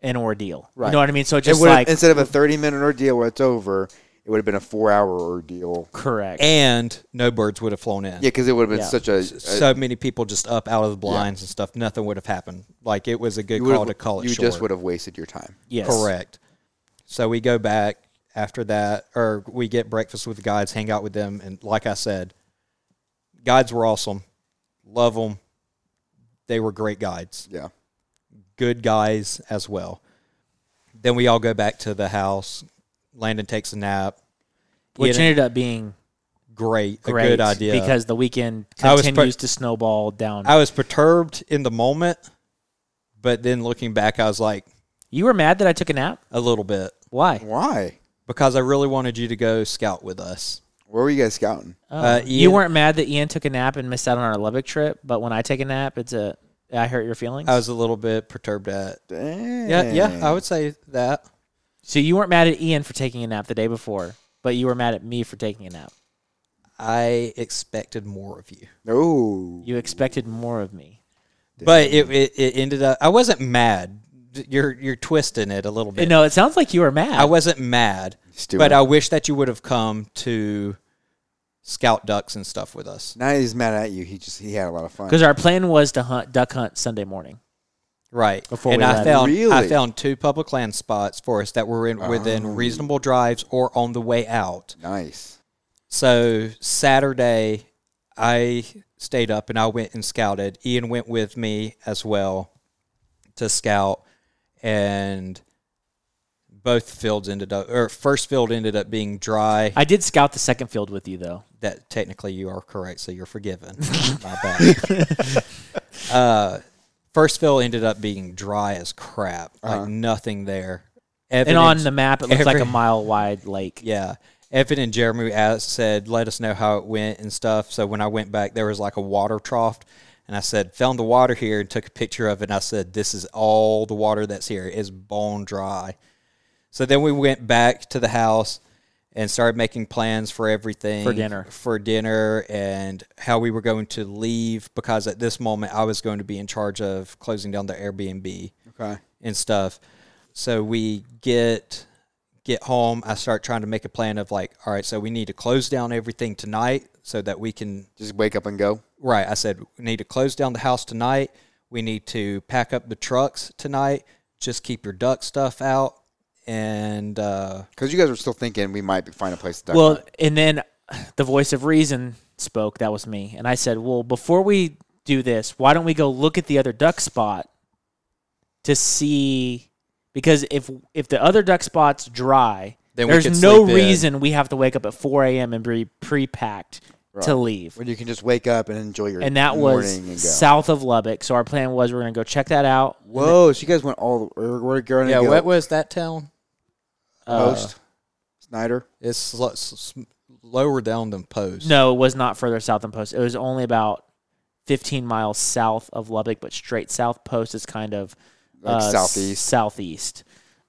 Speaker 4: an ordeal.
Speaker 5: Right.
Speaker 4: You know what I mean? So it
Speaker 5: it
Speaker 4: just
Speaker 5: would've-
Speaker 4: like
Speaker 5: instead of a thirty minute ordeal where it's over, it would have been a four hour ordeal.
Speaker 4: correct.
Speaker 3: And no birds would have flown in.
Speaker 5: Yeah, uh, because it would have been
Speaker 4: Yeah.
Speaker 5: such a, a-
Speaker 3: So many people just up out of the blinds and stuff. Nothing would have happened. Like it was a good
Speaker 5: you
Speaker 3: call
Speaker 5: would've-
Speaker 3: to call it
Speaker 5: you
Speaker 3: short.
Speaker 5: just would have wasted your time.
Speaker 4: yes.
Speaker 3: Correct. So we go back after that, or we get breakfast with the guides, hang out with them, and like I said, guides were awesome. Love them. They were great guides,
Speaker 5: Yeah.
Speaker 3: good guys as well. Then we all go back to the house. Landon takes a nap.
Speaker 4: Which
Speaker 3: Ian-
Speaker 4: ended up being
Speaker 3: great,
Speaker 4: great
Speaker 3: a good idea.
Speaker 4: because the weekend
Speaker 3: I was
Speaker 4: continues
Speaker 3: put-
Speaker 4: to snowball down.
Speaker 3: I was perturbed in the moment, but then looking back, I was like
Speaker 4: you were mad that I took a nap?
Speaker 3: a little bit
Speaker 4: Why?
Speaker 5: Why?
Speaker 3: because I really wanted you to go scout with us.
Speaker 5: Where were you guys scouting?
Speaker 4: Oh.
Speaker 3: Uh,
Speaker 4: you
Speaker 3: Ian-
Speaker 4: weren't mad that Ian took a nap and missed out on our Lubbock trip, but when I take a nap, it's a I hurt your feelings.
Speaker 3: I was a little bit perturbed at
Speaker 5: Dang.
Speaker 3: Yeah, yeah, I would say that.
Speaker 4: so you weren't mad at Ian for taking a nap the day before, but you were mad at me for taking a nap.
Speaker 3: I expected more of you,
Speaker 5: Oh.
Speaker 4: You expected more of me.
Speaker 3: but it, it it ended up. I wasn't mad. D- You're you're twisting it a little bit.
Speaker 4: No, it sounds like you were mad.
Speaker 3: I wasn't mad,
Speaker 5: Stuart.
Speaker 3: but I wish that you would have come to scout ducks and stuff with us.
Speaker 5: Now he's mad at you. He just he had a lot of fun.
Speaker 4: because our plan was to hunt duck hunt Sunday morning.
Speaker 3: Right.
Speaker 4: Before
Speaker 3: and
Speaker 4: we
Speaker 3: I
Speaker 4: left.
Speaker 3: found I
Speaker 5: Really?
Speaker 3: found two public land spots for us that were in, within reasonable drives or on the way out.
Speaker 5: nice.
Speaker 3: So Saturday, I stayed up and I went and scouted. Ian went with me as well to scout, and both fields ended up, or first field ended up being dry.
Speaker 4: I did scout the second field with you though.
Speaker 3: that technically you are correct, so you're forgiven. My bad. uh, first field ended up being dry as crap, like nothing there.
Speaker 4: Uh-huh. and on
Speaker 3: Evidence-
Speaker 4: the map, it looks like a
Speaker 3: every-
Speaker 4: mile wide lake.
Speaker 3: yeah. Evan and Jeremy asked, said, let us know how it went and stuff. So when I went back, there was like a water trough. And I said, found the water here and took a picture of it. And I said, this is all the water that's here. It's bone dry. So then we went back to the house and started making plans for everything
Speaker 4: For dinner.
Speaker 3: for dinner and how we were going to leave because at this moment I was going to be in charge of closing down the Airbnb
Speaker 5: Okay.
Speaker 3: and stuff. So we get get home. I start trying to make a plan of like, all right, so we need to close down everything tonight so that we can.
Speaker 5: Just wake up and go.
Speaker 3: Right, I said we need to close down the house tonight. We need to pack up the trucks tonight. Just keep your duck stuff out and uh,
Speaker 5: Because you guys were still thinking we might find a place to duck
Speaker 4: Well,
Speaker 5: hunt.
Speaker 4: and then the voice of reason spoke. That was me, and I said, "Well, before we do this, why don't we go look at the other duck spot to see? Because if if the other duck spot's dry,
Speaker 3: Then we can
Speaker 4: there's no
Speaker 3: sleep in.
Speaker 4: reason we have to wake up at 4 a.m. and be pre-packed to leave."
Speaker 5: When you can just wake up and enjoy your
Speaker 4: And that was
Speaker 5: morning and go.
Speaker 4: south of Lubbock. So our plan was we're gonna go check that out.
Speaker 5: Whoa, so you guys went all the we're, we're going
Speaker 3: yeah.
Speaker 5: to go
Speaker 3: What was that town?
Speaker 4: Uh,
Speaker 5: post Snyder.
Speaker 3: It's sl- sl- sm- lower down than Post.
Speaker 4: No, it was not further south than Post. It was only about 15 miles south of Lubbock, but straight south. Post is kind of
Speaker 5: Like
Speaker 4: uh,
Speaker 5: southeast.
Speaker 4: Southeast.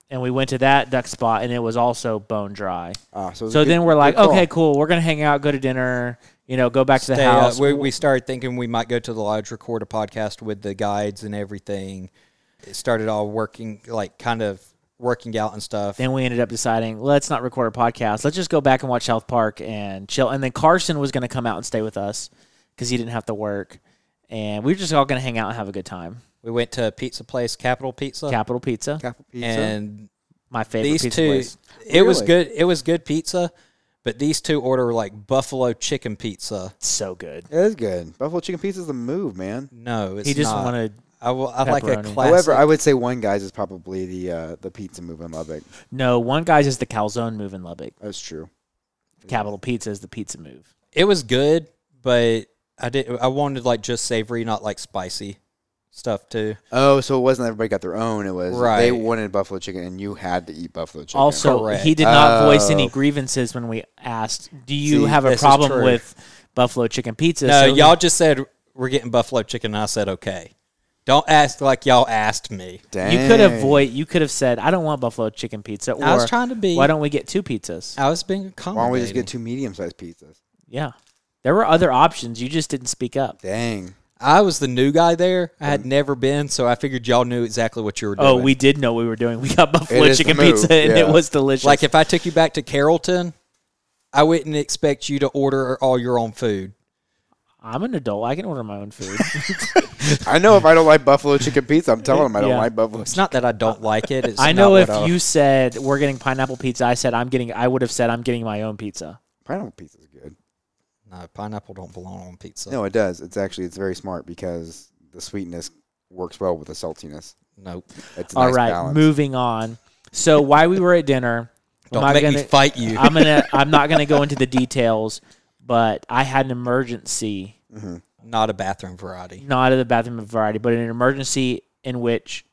Speaker 4: And we went to that duck spot, and it was also bone dry.
Speaker 5: Ah, so it was a
Speaker 4: So
Speaker 5: good-
Speaker 4: then we're like,
Speaker 5: good call.
Speaker 4: okay, cool. We're gonna hang out, go to dinner, you know, go back to the
Speaker 3: Stay
Speaker 5: uh,
Speaker 3: up.
Speaker 4: house.
Speaker 3: We, we started thinking we might go to the lodge, record a podcast with the guides and everything. It started all working, like kind of working out and stuff.
Speaker 4: then we ended up deciding let's not record a podcast. Let's just go back and watch South Park and chill. And then Carson was gonna come out and stay with us because he didn't have to work, and we were just all gonna hang out and have a good time.
Speaker 3: we went to a pizza place, Capital Pizza,
Speaker 4: Capital Pizza,
Speaker 5: Capital pizza.
Speaker 3: and
Speaker 4: my favorite
Speaker 3: these
Speaker 4: pizza
Speaker 3: two,
Speaker 4: place.
Speaker 3: it was
Speaker 5: Really?
Speaker 3: good. It was good pizza, but these two order like buffalo chicken pizza.
Speaker 4: So good.
Speaker 5: it is good. Buffalo chicken pizza is the move, man.
Speaker 3: No, it's
Speaker 4: he just
Speaker 3: not.
Speaker 4: wanted.
Speaker 3: I, will, I like a
Speaker 4: pepperoni.
Speaker 3: classic.
Speaker 5: However, I would say one guy's is probably the uh, the pizza move in Lubbock.
Speaker 4: No, one guy's is the calzone move in Lubbock.
Speaker 5: That's true.
Speaker 4: Capital Pizza is the pizza move.
Speaker 3: it was good, but I did. I wanted like just savory, not like spicy stuff too.
Speaker 5: Oh, so it wasn't everybody got their own. It was
Speaker 3: Right.
Speaker 5: they wanted buffalo chicken, and you had to eat buffalo chicken.
Speaker 4: Also,
Speaker 3: Correct.
Speaker 4: he did not voice any
Speaker 5: Oh.
Speaker 4: grievances when we asked, "Do you
Speaker 3: See,
Speaker 4: have a
Speaker 3: this is
Speaker 4: problem
Speaker 3: true.
Speaker 4: with buffalo chicken pizza?"
Speaker 3: No,
Speaker 4: So-
Speaker 3: y'all just said we're getting buffalo chicken. and I said okay. Don't ask like y'all asked me.
Speaker 5: Dang.
Speaker 4: you could have void. You could have said, "I don't want buffalo chicken pizza." Or,
Speaker 3: I was trying to be-
Speaker 4: Why don't we get two pizzas?
Speaker 3: I was being accommodating.
Speaker 5: Why don't we just get two medium sized pizzas?
Speaker 4: yeah, there were other options. You just didn't speak up.
Speaker 5: Dang.
Speaker 3: I was the new guy there. I had never been, so I figured y'all knew exactly what you were doing.
Speaker 4: Oh, we did know we were doing. We got buffalo
Speaker 5: is the
Speaker 4: chicken
Speaker 5: move,
Speaker 4: pizza, and it
Speaker 5: yeah.
Speaker 4: was delicious.
Speaker 3: like if I took you back to Carrollton, I wouldn't expect you to order all your own food.
Speaker 4: I'm an adult, I can order my own food.
Speaker 5: I know if I don't like buffalo chicken pizza, I'm telling them I don't
Speaker 4: Yeah.
Speaker 5: like buffalo.
Speaker 3: It's not that I don't like it. It's
Speaker 4: I know
Speaker 3: not
Speaker 4: if
Speaker 3: what I-
Speaker 4: you said we're getting pineapple pizza, I said I'm getting. I would have said I'm getting my own pizza.
Speaker 5: Pineapple pizza is good.
Speaker 3: no pineapple don't belong on pizza.
Speaker 5: No, it does. It's actually it's very smart because the sweetness works well with the saltiness.
Speaker 3: nope.
Speaker 5: It's a
Speaker 4: All
Speaker 5: nice
Speaker 4: right,
Speaker 5: balance.
Speaker 4: moving on. So while we were at dinner,
Speaker 3: Don't
Speaker 4: am I
Speaker 3: make
Speaker 4: gonna,
Speaker 3: me fight you.
Speaker 4: I'm gonna. I'm not gonna go into the details, but I had an emergency.
Speaker 3: not a bathroom variety.
Speaker 4: not at the bathroom of variety, but an emergency in which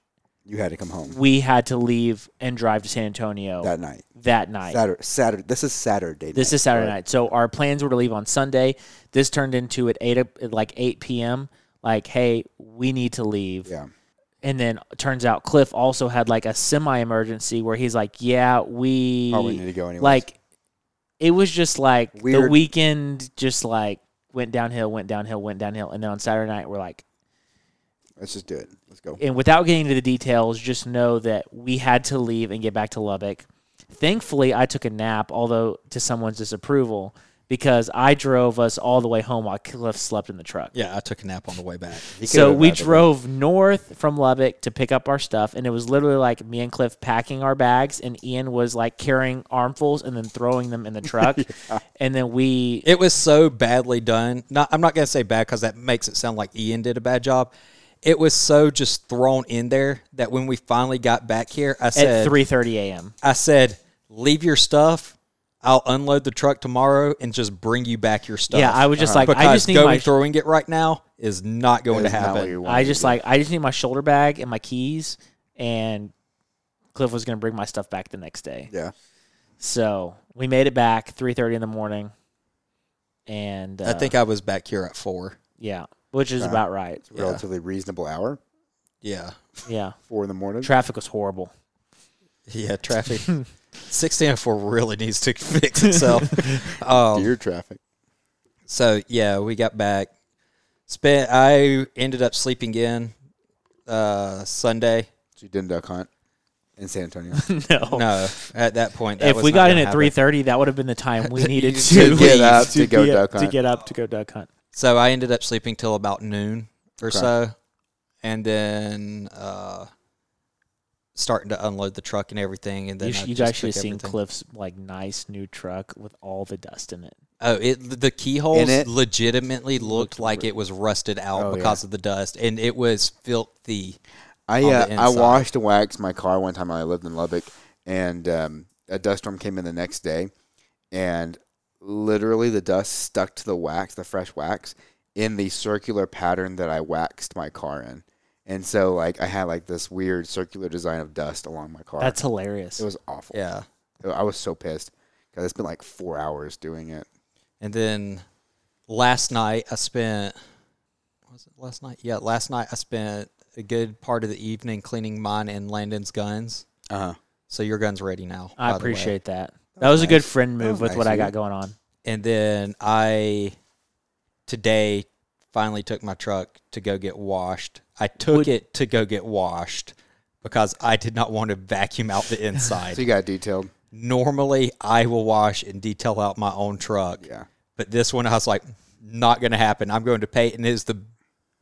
Speaker 5: You had to come home
Speaker 4: we had to leave and drive to San Antonio
Speaker 5: that night.
Speaker 4: that night.
Speaker 5: Saturday, Saturday. This is Saturday.
Speaker 4: This is Saturday night, so our plans were to leave on Sunday. This turned into at eight o- at like eight p.m. Like, hey, we need to leave.
Speaker 5: Yeah.
Speaker 4: And then uh, turns out Cliff also had like a semi emergency where he's like, yeah, we
Speaker 5: Oh, we need to go anyways.
Speaker 4: like. It was just like the
Speaker 5: Weird.
Speaker 4: weekend, just like went downhill, went downhill, went downhill, and then on Saturday night we're like,
Speaker 5: Let's just do it. Let's go.
Speaker 4: and without getting into the details, just know that we had to leave and get back to Lubbock. Thankfully, I took a nap, although to someone's disapproval, because I drove us all the way home while Cliff slept in the truck.
Speaker 3: Yeah, I took a nap on the way back.
Speaker 5: He
Speaker 4: So
Speaker 5: could've
Speaker 4: we
Speaker 5: had the-
Speaker 4: drove north from Lubbock to pick up our stuff, and it was literally like me and Cliff packing our bags, and Ian was like carrying armfuls and then throwing them in the truck, and then we
Speaker 3: It was so badly done. Not, I'm not gonna say bad because that makes it sound like Ian did a bad job. It was so just thrown in there that when we finally got back here, I
Speaker 4: at
Speaker 3: said,
Speaker 4: three thirty a.m.
Speaker 3: I said, leave your stuff. I'll unload the truck tomorrow and just bring you back your stuff.
Speaker 4: Yeah, I was just like, I
Speaker 3: because
Speaker 4: just need
Speaker 3: going
Speaker 4: my-
Speaker 3: throwing it right now is not going to
Speaker 5: That's not what
Speaker 3: happen.
Speaker 5: you
Speaker 4: I
Speaker 5: wanted
Speaker 4: just
Speaker 5: to do.
Speaker 4: like I just need my shoulder bag and my keys, and Cliff was gonna bring my stuff back the next day.
Speaker 5: yeah.
Speaker 4: So we made it back three thirty in the morning, and uh,
Speaker 3: I think I was back here at four.
Speaker 4: yeah, which is about right.
Speaker 5: It's a relatively reasonable hour,
Speaker 3: Yeah,
Speaker 4: Yeah,
Speaker 5: four in the morning.
Speaker 4: traffic was horrible.
Speaker 3: yeah. Traffic sixteen oh four really needs to fix itself. um,
Speaker 5: Deer traffic.
Speaker 3: So yeah, we got back. Spent. I ended up sleeping in uh, Sunday.
Speaker 5: So you didn't duck hunt in San Antonio.
Speaker 4: no,
Speaker 3: No, at that point, that
Speaker 4: Oh. if
Speaker 3: was
Speaker 4: we
Speaker 3: not
Speaker 4: got in
Speaker 3: gonna
Speaker 4: at
Speaker 3: happen.
Speaker 4: three thirty, that would have been the time we needed
Speaker 5: just
Speaker 4: to,
Speaker 5: to get
Speaker 4: leave,
Speaker 5: up to go
Speaker 4: be-
Speaker 5: duck
Speaker 4: to
Speaker 5: hunt.
Speaker 4: get up to go duck hunt.
Speaker 3: so I ended up sleeping till about noon or so, and then uh, starting to unload the truck and everything. And then
Speaker 4: You,
Speaker 3: I
Speaker 4: sh- you
Speaker 3: just
Speaker 4: guys should have
Speaker 3: took
Speaker 4: seen
Speaker 3: everything.
Speaker 4: Cliff's like nice new truck with all the dust in it.
Speaker 3: Oh, it the keyholes
Speaker 5: In it?
Speaker 3: legitimately looked like it was rusted out
Speaker 5: Oh, yeah.
Speaker 3: because of the dust, and it was filthy.
Speaker 5: I
Speaker 3: on
Speaker 5: uh,
Speaker 3: the
Speaker 5: I
Speaker 3: inside.
Speaker 5: washed and waxed my car one time when I lived in Lubbock, and um, a dust storm came in the next day, and literally the dust stuck to the wax, the fresh wax, in the circular pattern that I waxed my car in, and so like I had like this weird circular design of dust along my car.
Speaker 4: That's hilarious.
Speaker 5: it was awful.
Speaker 3: Yeah.
Speaker 5: I was so pissed because it's been like four hours doing it.
Speaker 3: And then last night I spent was it last night? Yeah, last night I spent a good part of the evening cleaning mine and Landon's guns.
Speaker 5: Uh
Speaker 4: Uh-huh.
Speaker 5: huh.
Speaker 3: So your gun's ready now. by the
Speaker 4: I
Speaker 3: way.
Speaker 4: appreciate that. That,
Speaker 5: was
Speaker 4: was a good
Speaker 5: nice.
Speaker 4: friend
Speaker 5: That
Speaker 4: move with
Speaker 5: was nice
Speaker 4: what
Speaker 5: of
Speaker 4: I
Speaker 5: you.
Speaker 4: got going on.
Speaker 3: And then I today finally took my truck to go get washed. I took
Speaker 4: Would-
Speaker 3: it to go get washed because I did not want to vacuum out the inside.
Speaker 5: So you got it detailed.
Speaker 3: Normally I will wash and detail out my own truck.
Speaker 5: Yeah.
Speaker 3: But this one I was like, not gonna happen. I'm going to pay and it is the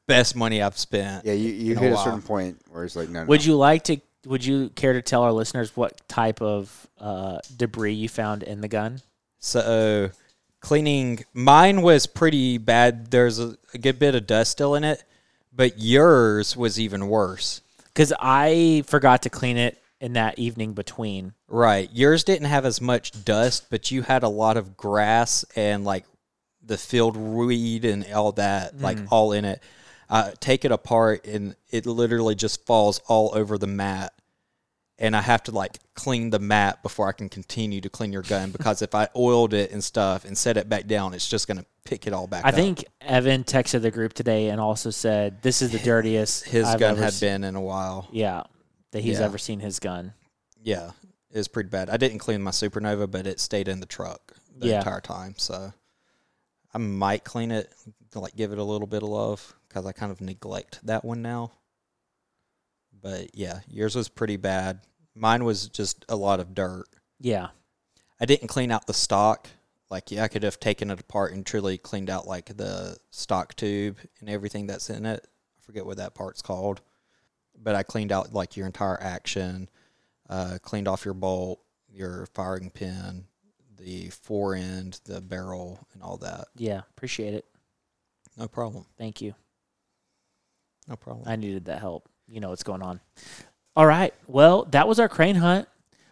Speaker 3: best money I've spent.
Speaker 5: Yeah, you, you
Speaker 3: In a
Speaker 5: hit a
Speaker 3: while.
Speaker 5: certain point where it's like, no, no.
Speaker 4: Would you like to? Would you care to tell our listeners what type of uh, debris you found in the gun?
Speaker 3: So cleaning mine was pretty bad. There's a, a good bit of dust still in it, but yours was even worse.
Speaker 4: Because I forgot to clean it in that evening between.
Speaker 3: Right. Yours didn't have as much dust, but you had a lot of grass and like the field weed and all that, like
Speaker 4: Mm.
Speaker 3: all in it. I take it apart and it literally just falls all over the mat. And I have to like clean the mat before I can continue to clean your gun because if I oiled it and stuff and set it back down, it's just going to pick it all back
Speaker 4: I
Speaker 3: up.
Speaker 4: think Evan texted the group today and also said this is the dirtiest
Speaker 3: his
Speaker 4: I've
Speaker 3: gun
Speaker 4: ever
Speaker 3: had
Speaker 4: se-
Speaker 3: been in a while.
Speaker 4: Yeah, that he's
Speaker 3: Yeah.
Speaker 4: ever seen his gun.
Speaker 3: Yeah, it was pretty bad. I didn't clean my Supernova, but it stayed in the truck the
Speaker 4: Yeah.
Speaker 3: entire time. So I might clean it, like give it a little bit of love because I kind of neglect that one now. But yeah, yours was pretty bad. Mine was just a lot of dirt.
Speaker 4: Yeah,
Speaker 3: I didn't clean out the stock. Like yeah, I could have taken it apart and truly cleaned out like the stock tube and everything that's in it. I forget what that part's called, but I cleaned out like your entire action, uh, cleaned off your bolt, your firing pin, the fore end, the barrel, and all that.
Speaker 4: yeah. Appreciate it.
Speaker 3: No problem.
Speaker 4: Thank you.
Speaker 3: No problem.
Speaker 4: I needed that help. You know what's going on. All right. Well, that was our crane hunt.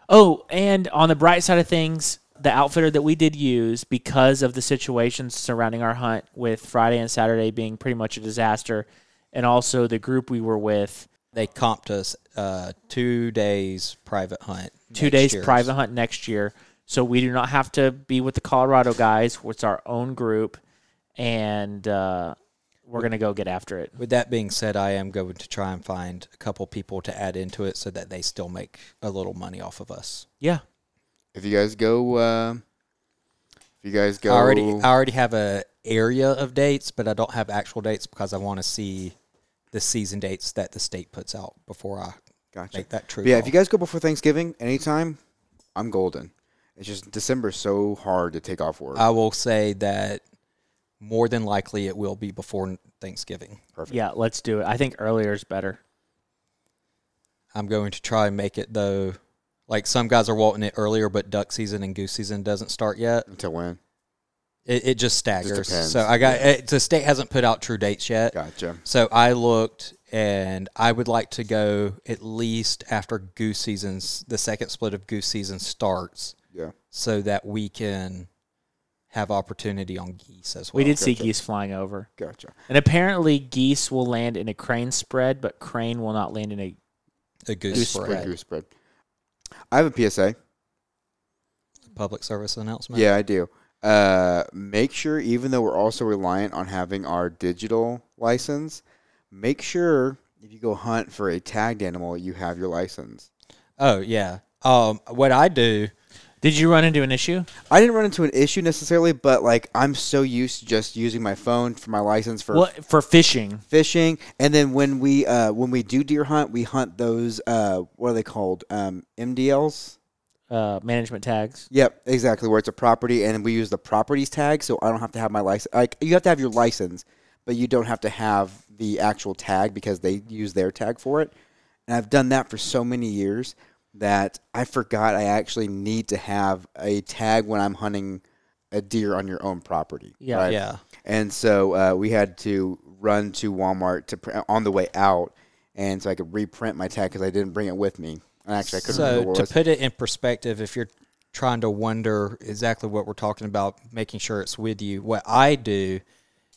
Speaker 4: Oh, and on the bright side of things, the outfitter that we did use because of the situations surrounding our hunt with Friday and Saturday being pretty much a disaster and also the group we were with
Speaker 3: they comped us uh, two days private hunt.
Speaker 4: two
Speaker 3: next
Speaker 4: days
Speaker 3: year's.
Speaker 4: private hunt next year. So we do not have to be with the Colorado guys. It's our own group, and uh, we're gonna go get after it.
Speaker 3: With that being said, I am going to try and find a couple people to add into it so that they still make a little money off of us.
Speaker 4: Yeah,
Speaker 5: if you guys go, uh, if you guys go,
Speaker 3: I already I already have a area of dates, but I don't have actual dates because I want to see the season dates that the state puts out before I
Speaker 5: Gotcha.
Speaker 3: make that true.
Speaker 5: But yeah, if
Speaker 3: call.
Speaker 5: you guys go before Thanksgiving, anytime, I'm golden. It's just December's so hard to take off work.
Speaker 3: I will say that more than likely it will be before Thanksgiving.
Speaker 5: Perfect.
Speaker 4: yeah. Let's do it. I think earlier is better.
Speaker 3: I'm going to try and make it though. Like some guys are wanting it earlier, but duck season and goose season doesn't start yet.
Speaker 5: Until when?
Speaker 3: It, it just staggers.
Speaker 5: depends.
Speaker 3: so I got it, the state hasn't put out true dates yet.
Speaker 5: Gotcha.
Speaker 3: So I looked, and I would like to go at least after goose seasons. The second split of goose season starts,
Speaker 5: Yeah.
Speaker 3: so that we can have opportunity on geese as well.
Speaker 4: we did see
Speaker 5: gotcha.
Speaker 4: geese flying over,
Speaker 5: Gotcha.
Speaker 4: and apparently geese will land in a crane spread, but crane will not land in a.
Speaker 3: a goose,
Speaker 4: goose
Speaker 3: spread.
Speaker 5: Big goose spread. I have a PSA.
Speaker 3: Public service announcement.
Speaker 5: Yeah, I do. Uh, make sure, even though we're also reliant on having our digital license, make sure if you go hunt for a tagged animal, you have your license.
Speaker 3: Oh yeah. Um, what I do.
Speaker 4: Did you run into an issue?
Speaker 5: I didn't run into an issue necessarily, but like I'm so used to just using my phone for my license for
Speaker 4: What for fishing?
Speaker 5: fishing, and then when we uh, when we do deer hunt, we hunt those uh, what are they called? Um, MDLs.
Speaker 4: Uh, management tags.
Speaker 5: Yep, exactly. Where it's a property, and we use the properties tag, so I don't have to have my license. Like you have to have your license, but you don't have to have the actual tag because they use their tag for it. And I've done that for so many years that I forgot I actually need to have a tag when I'm hunting a deer on your own property.
Speaker 4: Yeah.
Speaker 3: Yeah.
Speaker 5: And so uh, we had to run to Walmart to pr- on the way out, and so I could reprint my tag because I didn't bring it with me. And actually, I couldn't remember
Speaker 3: So
Speaker 5: what it
Speaker 3: to
Speaker 5: was.
Speaker 3: put it in perspective, if you're trying to wonder exactly what we're talking about, making sure it's with you, what I do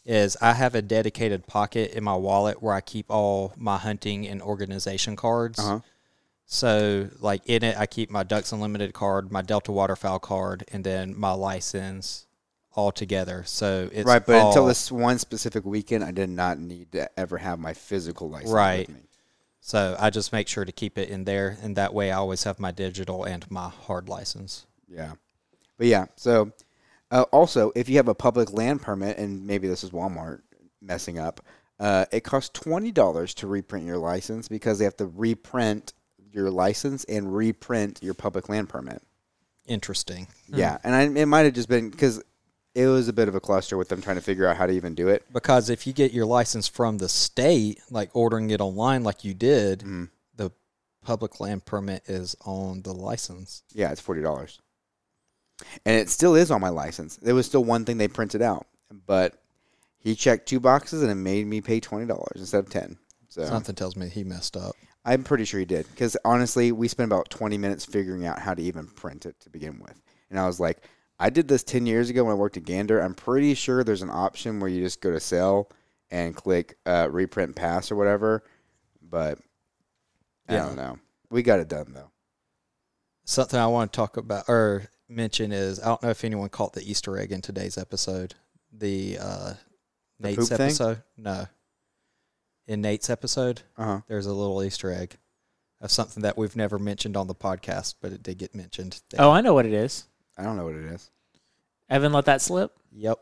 Speaker 3: is I have a dedicated pocket in my wallet where I keep all my hunting and organization cards.
Speaker 5: Uh-huh.
Speaker 3: So like in it, I keep my Ducks Unlimited card, my Delta Waterfowl card, and then my license altogether. So it's
Speaker 5: right, but until
Speaker 3: all-
Speaker 5: this one specific weekend, I did not need to ever have my physical license
Speaker 3: Right.
Speaker 5: with me.
Speaker 3: So I just make sure to keep it in there, and that way I always have my digital and my hard license.
Speaker 5: Yeah. But yeah, so uh, also, if you have a public land permit, and maybe this is Walmart messing up, uh, it costs $20 to reprint your license because they have to reprint your license and reprint your public land permit.
Speaker 3: Interesting.
Speaker 5: Yeah. And I, it might have just been because it was a bit of a cluster with them trying to figure out how to even do it.
Speaker 3: Because if you get your license from the state, like ordering it online, like you did,
Speaker 5: Hmm. Mm-hmm.
Speaker 3: the public land permit is on the license.
Speaker 5: Yeah, it's forty dollars, and it still is on my license. There was still one thing they printed out, but he checked two boxes and it made me pay twenty dollars instead of ten. So
Speaker 3: Something tells me he messed up.
Speaker 5: I'm pretty sure he did because honestly, we spent about twenty minutes figuring out how to even print it to begin with, and I was like, I did this ten years ago when I worked at Gander. I'm pretty sure there's an option where you just go to sell and click uh, reprint pass or whatever, but I
Speaker 3: Yeah.
Speaker 5: don't know. We got it done though.
Speaker 3: Something I want to talk about or mention is I don't know if anyone caught the Easter egg in today's episode. The uh,
Speaker 5: The poop
Speaker 3: Nate's
Speaker 5: thing?
Speaker 3: episode. No. In Nate's episode,
Speaker 5: Uh huh.
Speaker 3: there's a little Easter egg of something that we've never mentioned on the podcast, but it did get mentioned.
Speaker 4: Oh, I know what it is.
Speaker 5: I don't know what it is.
Speaker 4: Evan let that slip.
Speaker 3: Yep.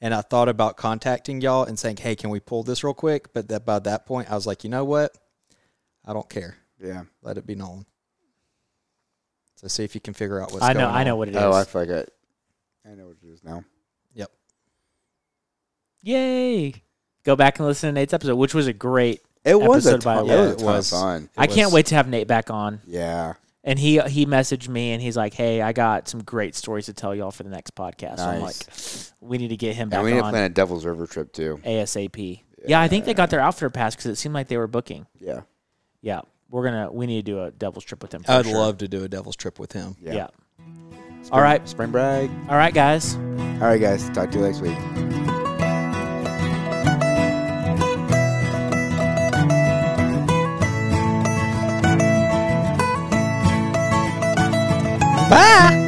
Speaker 3: And I thought about contacting y'all and saying, "Hey, can we pull this real quick?" But that by that point, I was like, "You know what? I don't care.
Speaker 5: Yeah.
Speaker 3: Let it be known." So see if you can figure out what's
Speaker 4: I know.
Speaker 3: going
Speaker 4: I
Speaker 3: on.
Speaker 4: know what it is.
Speaker 5: oh, I forgot. I know what it is now.
Speaker 3: Yep.
Speaker 4: Yay! Go back and listen to Nate's episode, which was a great.
Speaker 5: It was a
Speaker 4: Episode by
Speaker 5: ton,
Speaker 4: way.
Speaker 5: it was a
Speaker 3: It
Speaker 5: ton
Speaker 3: was.
Speaker 5: of fun.
Speaker 4: I can't
Speaker 3: was-
Speaker 4: wait to have Nate back on.
Speaker 5: Yeah,
Speaker 4: And he he messaged me and he's like, "Hey, I got some great stories to tell y'all for the next podcast." So I'm like, "We need to get him back
Speaker 5: and we need to
Speaker 4: on
Speaker 5: plan a Devil's River trip too.
Speaker 4: ASAP." Yeah. I think they got their outfitter pass because it seemed like they were booking.
Speaker 5: Yeah,
Speaker 4: Yeah, we're gonna we need to do a devil's trip with them. for
Speaker 3: I'd
Speaker 4: sure.
Speaker 3: love to do a Devil's trip with him.
Speaker 5: yeah.
Speaker 4: yeah. All right,
Speaker 5: Spring brag.
Speaker 4: all right, guys.
Speaker 5: All right, guys. Talk to you next week.
Speaker 3: Bye.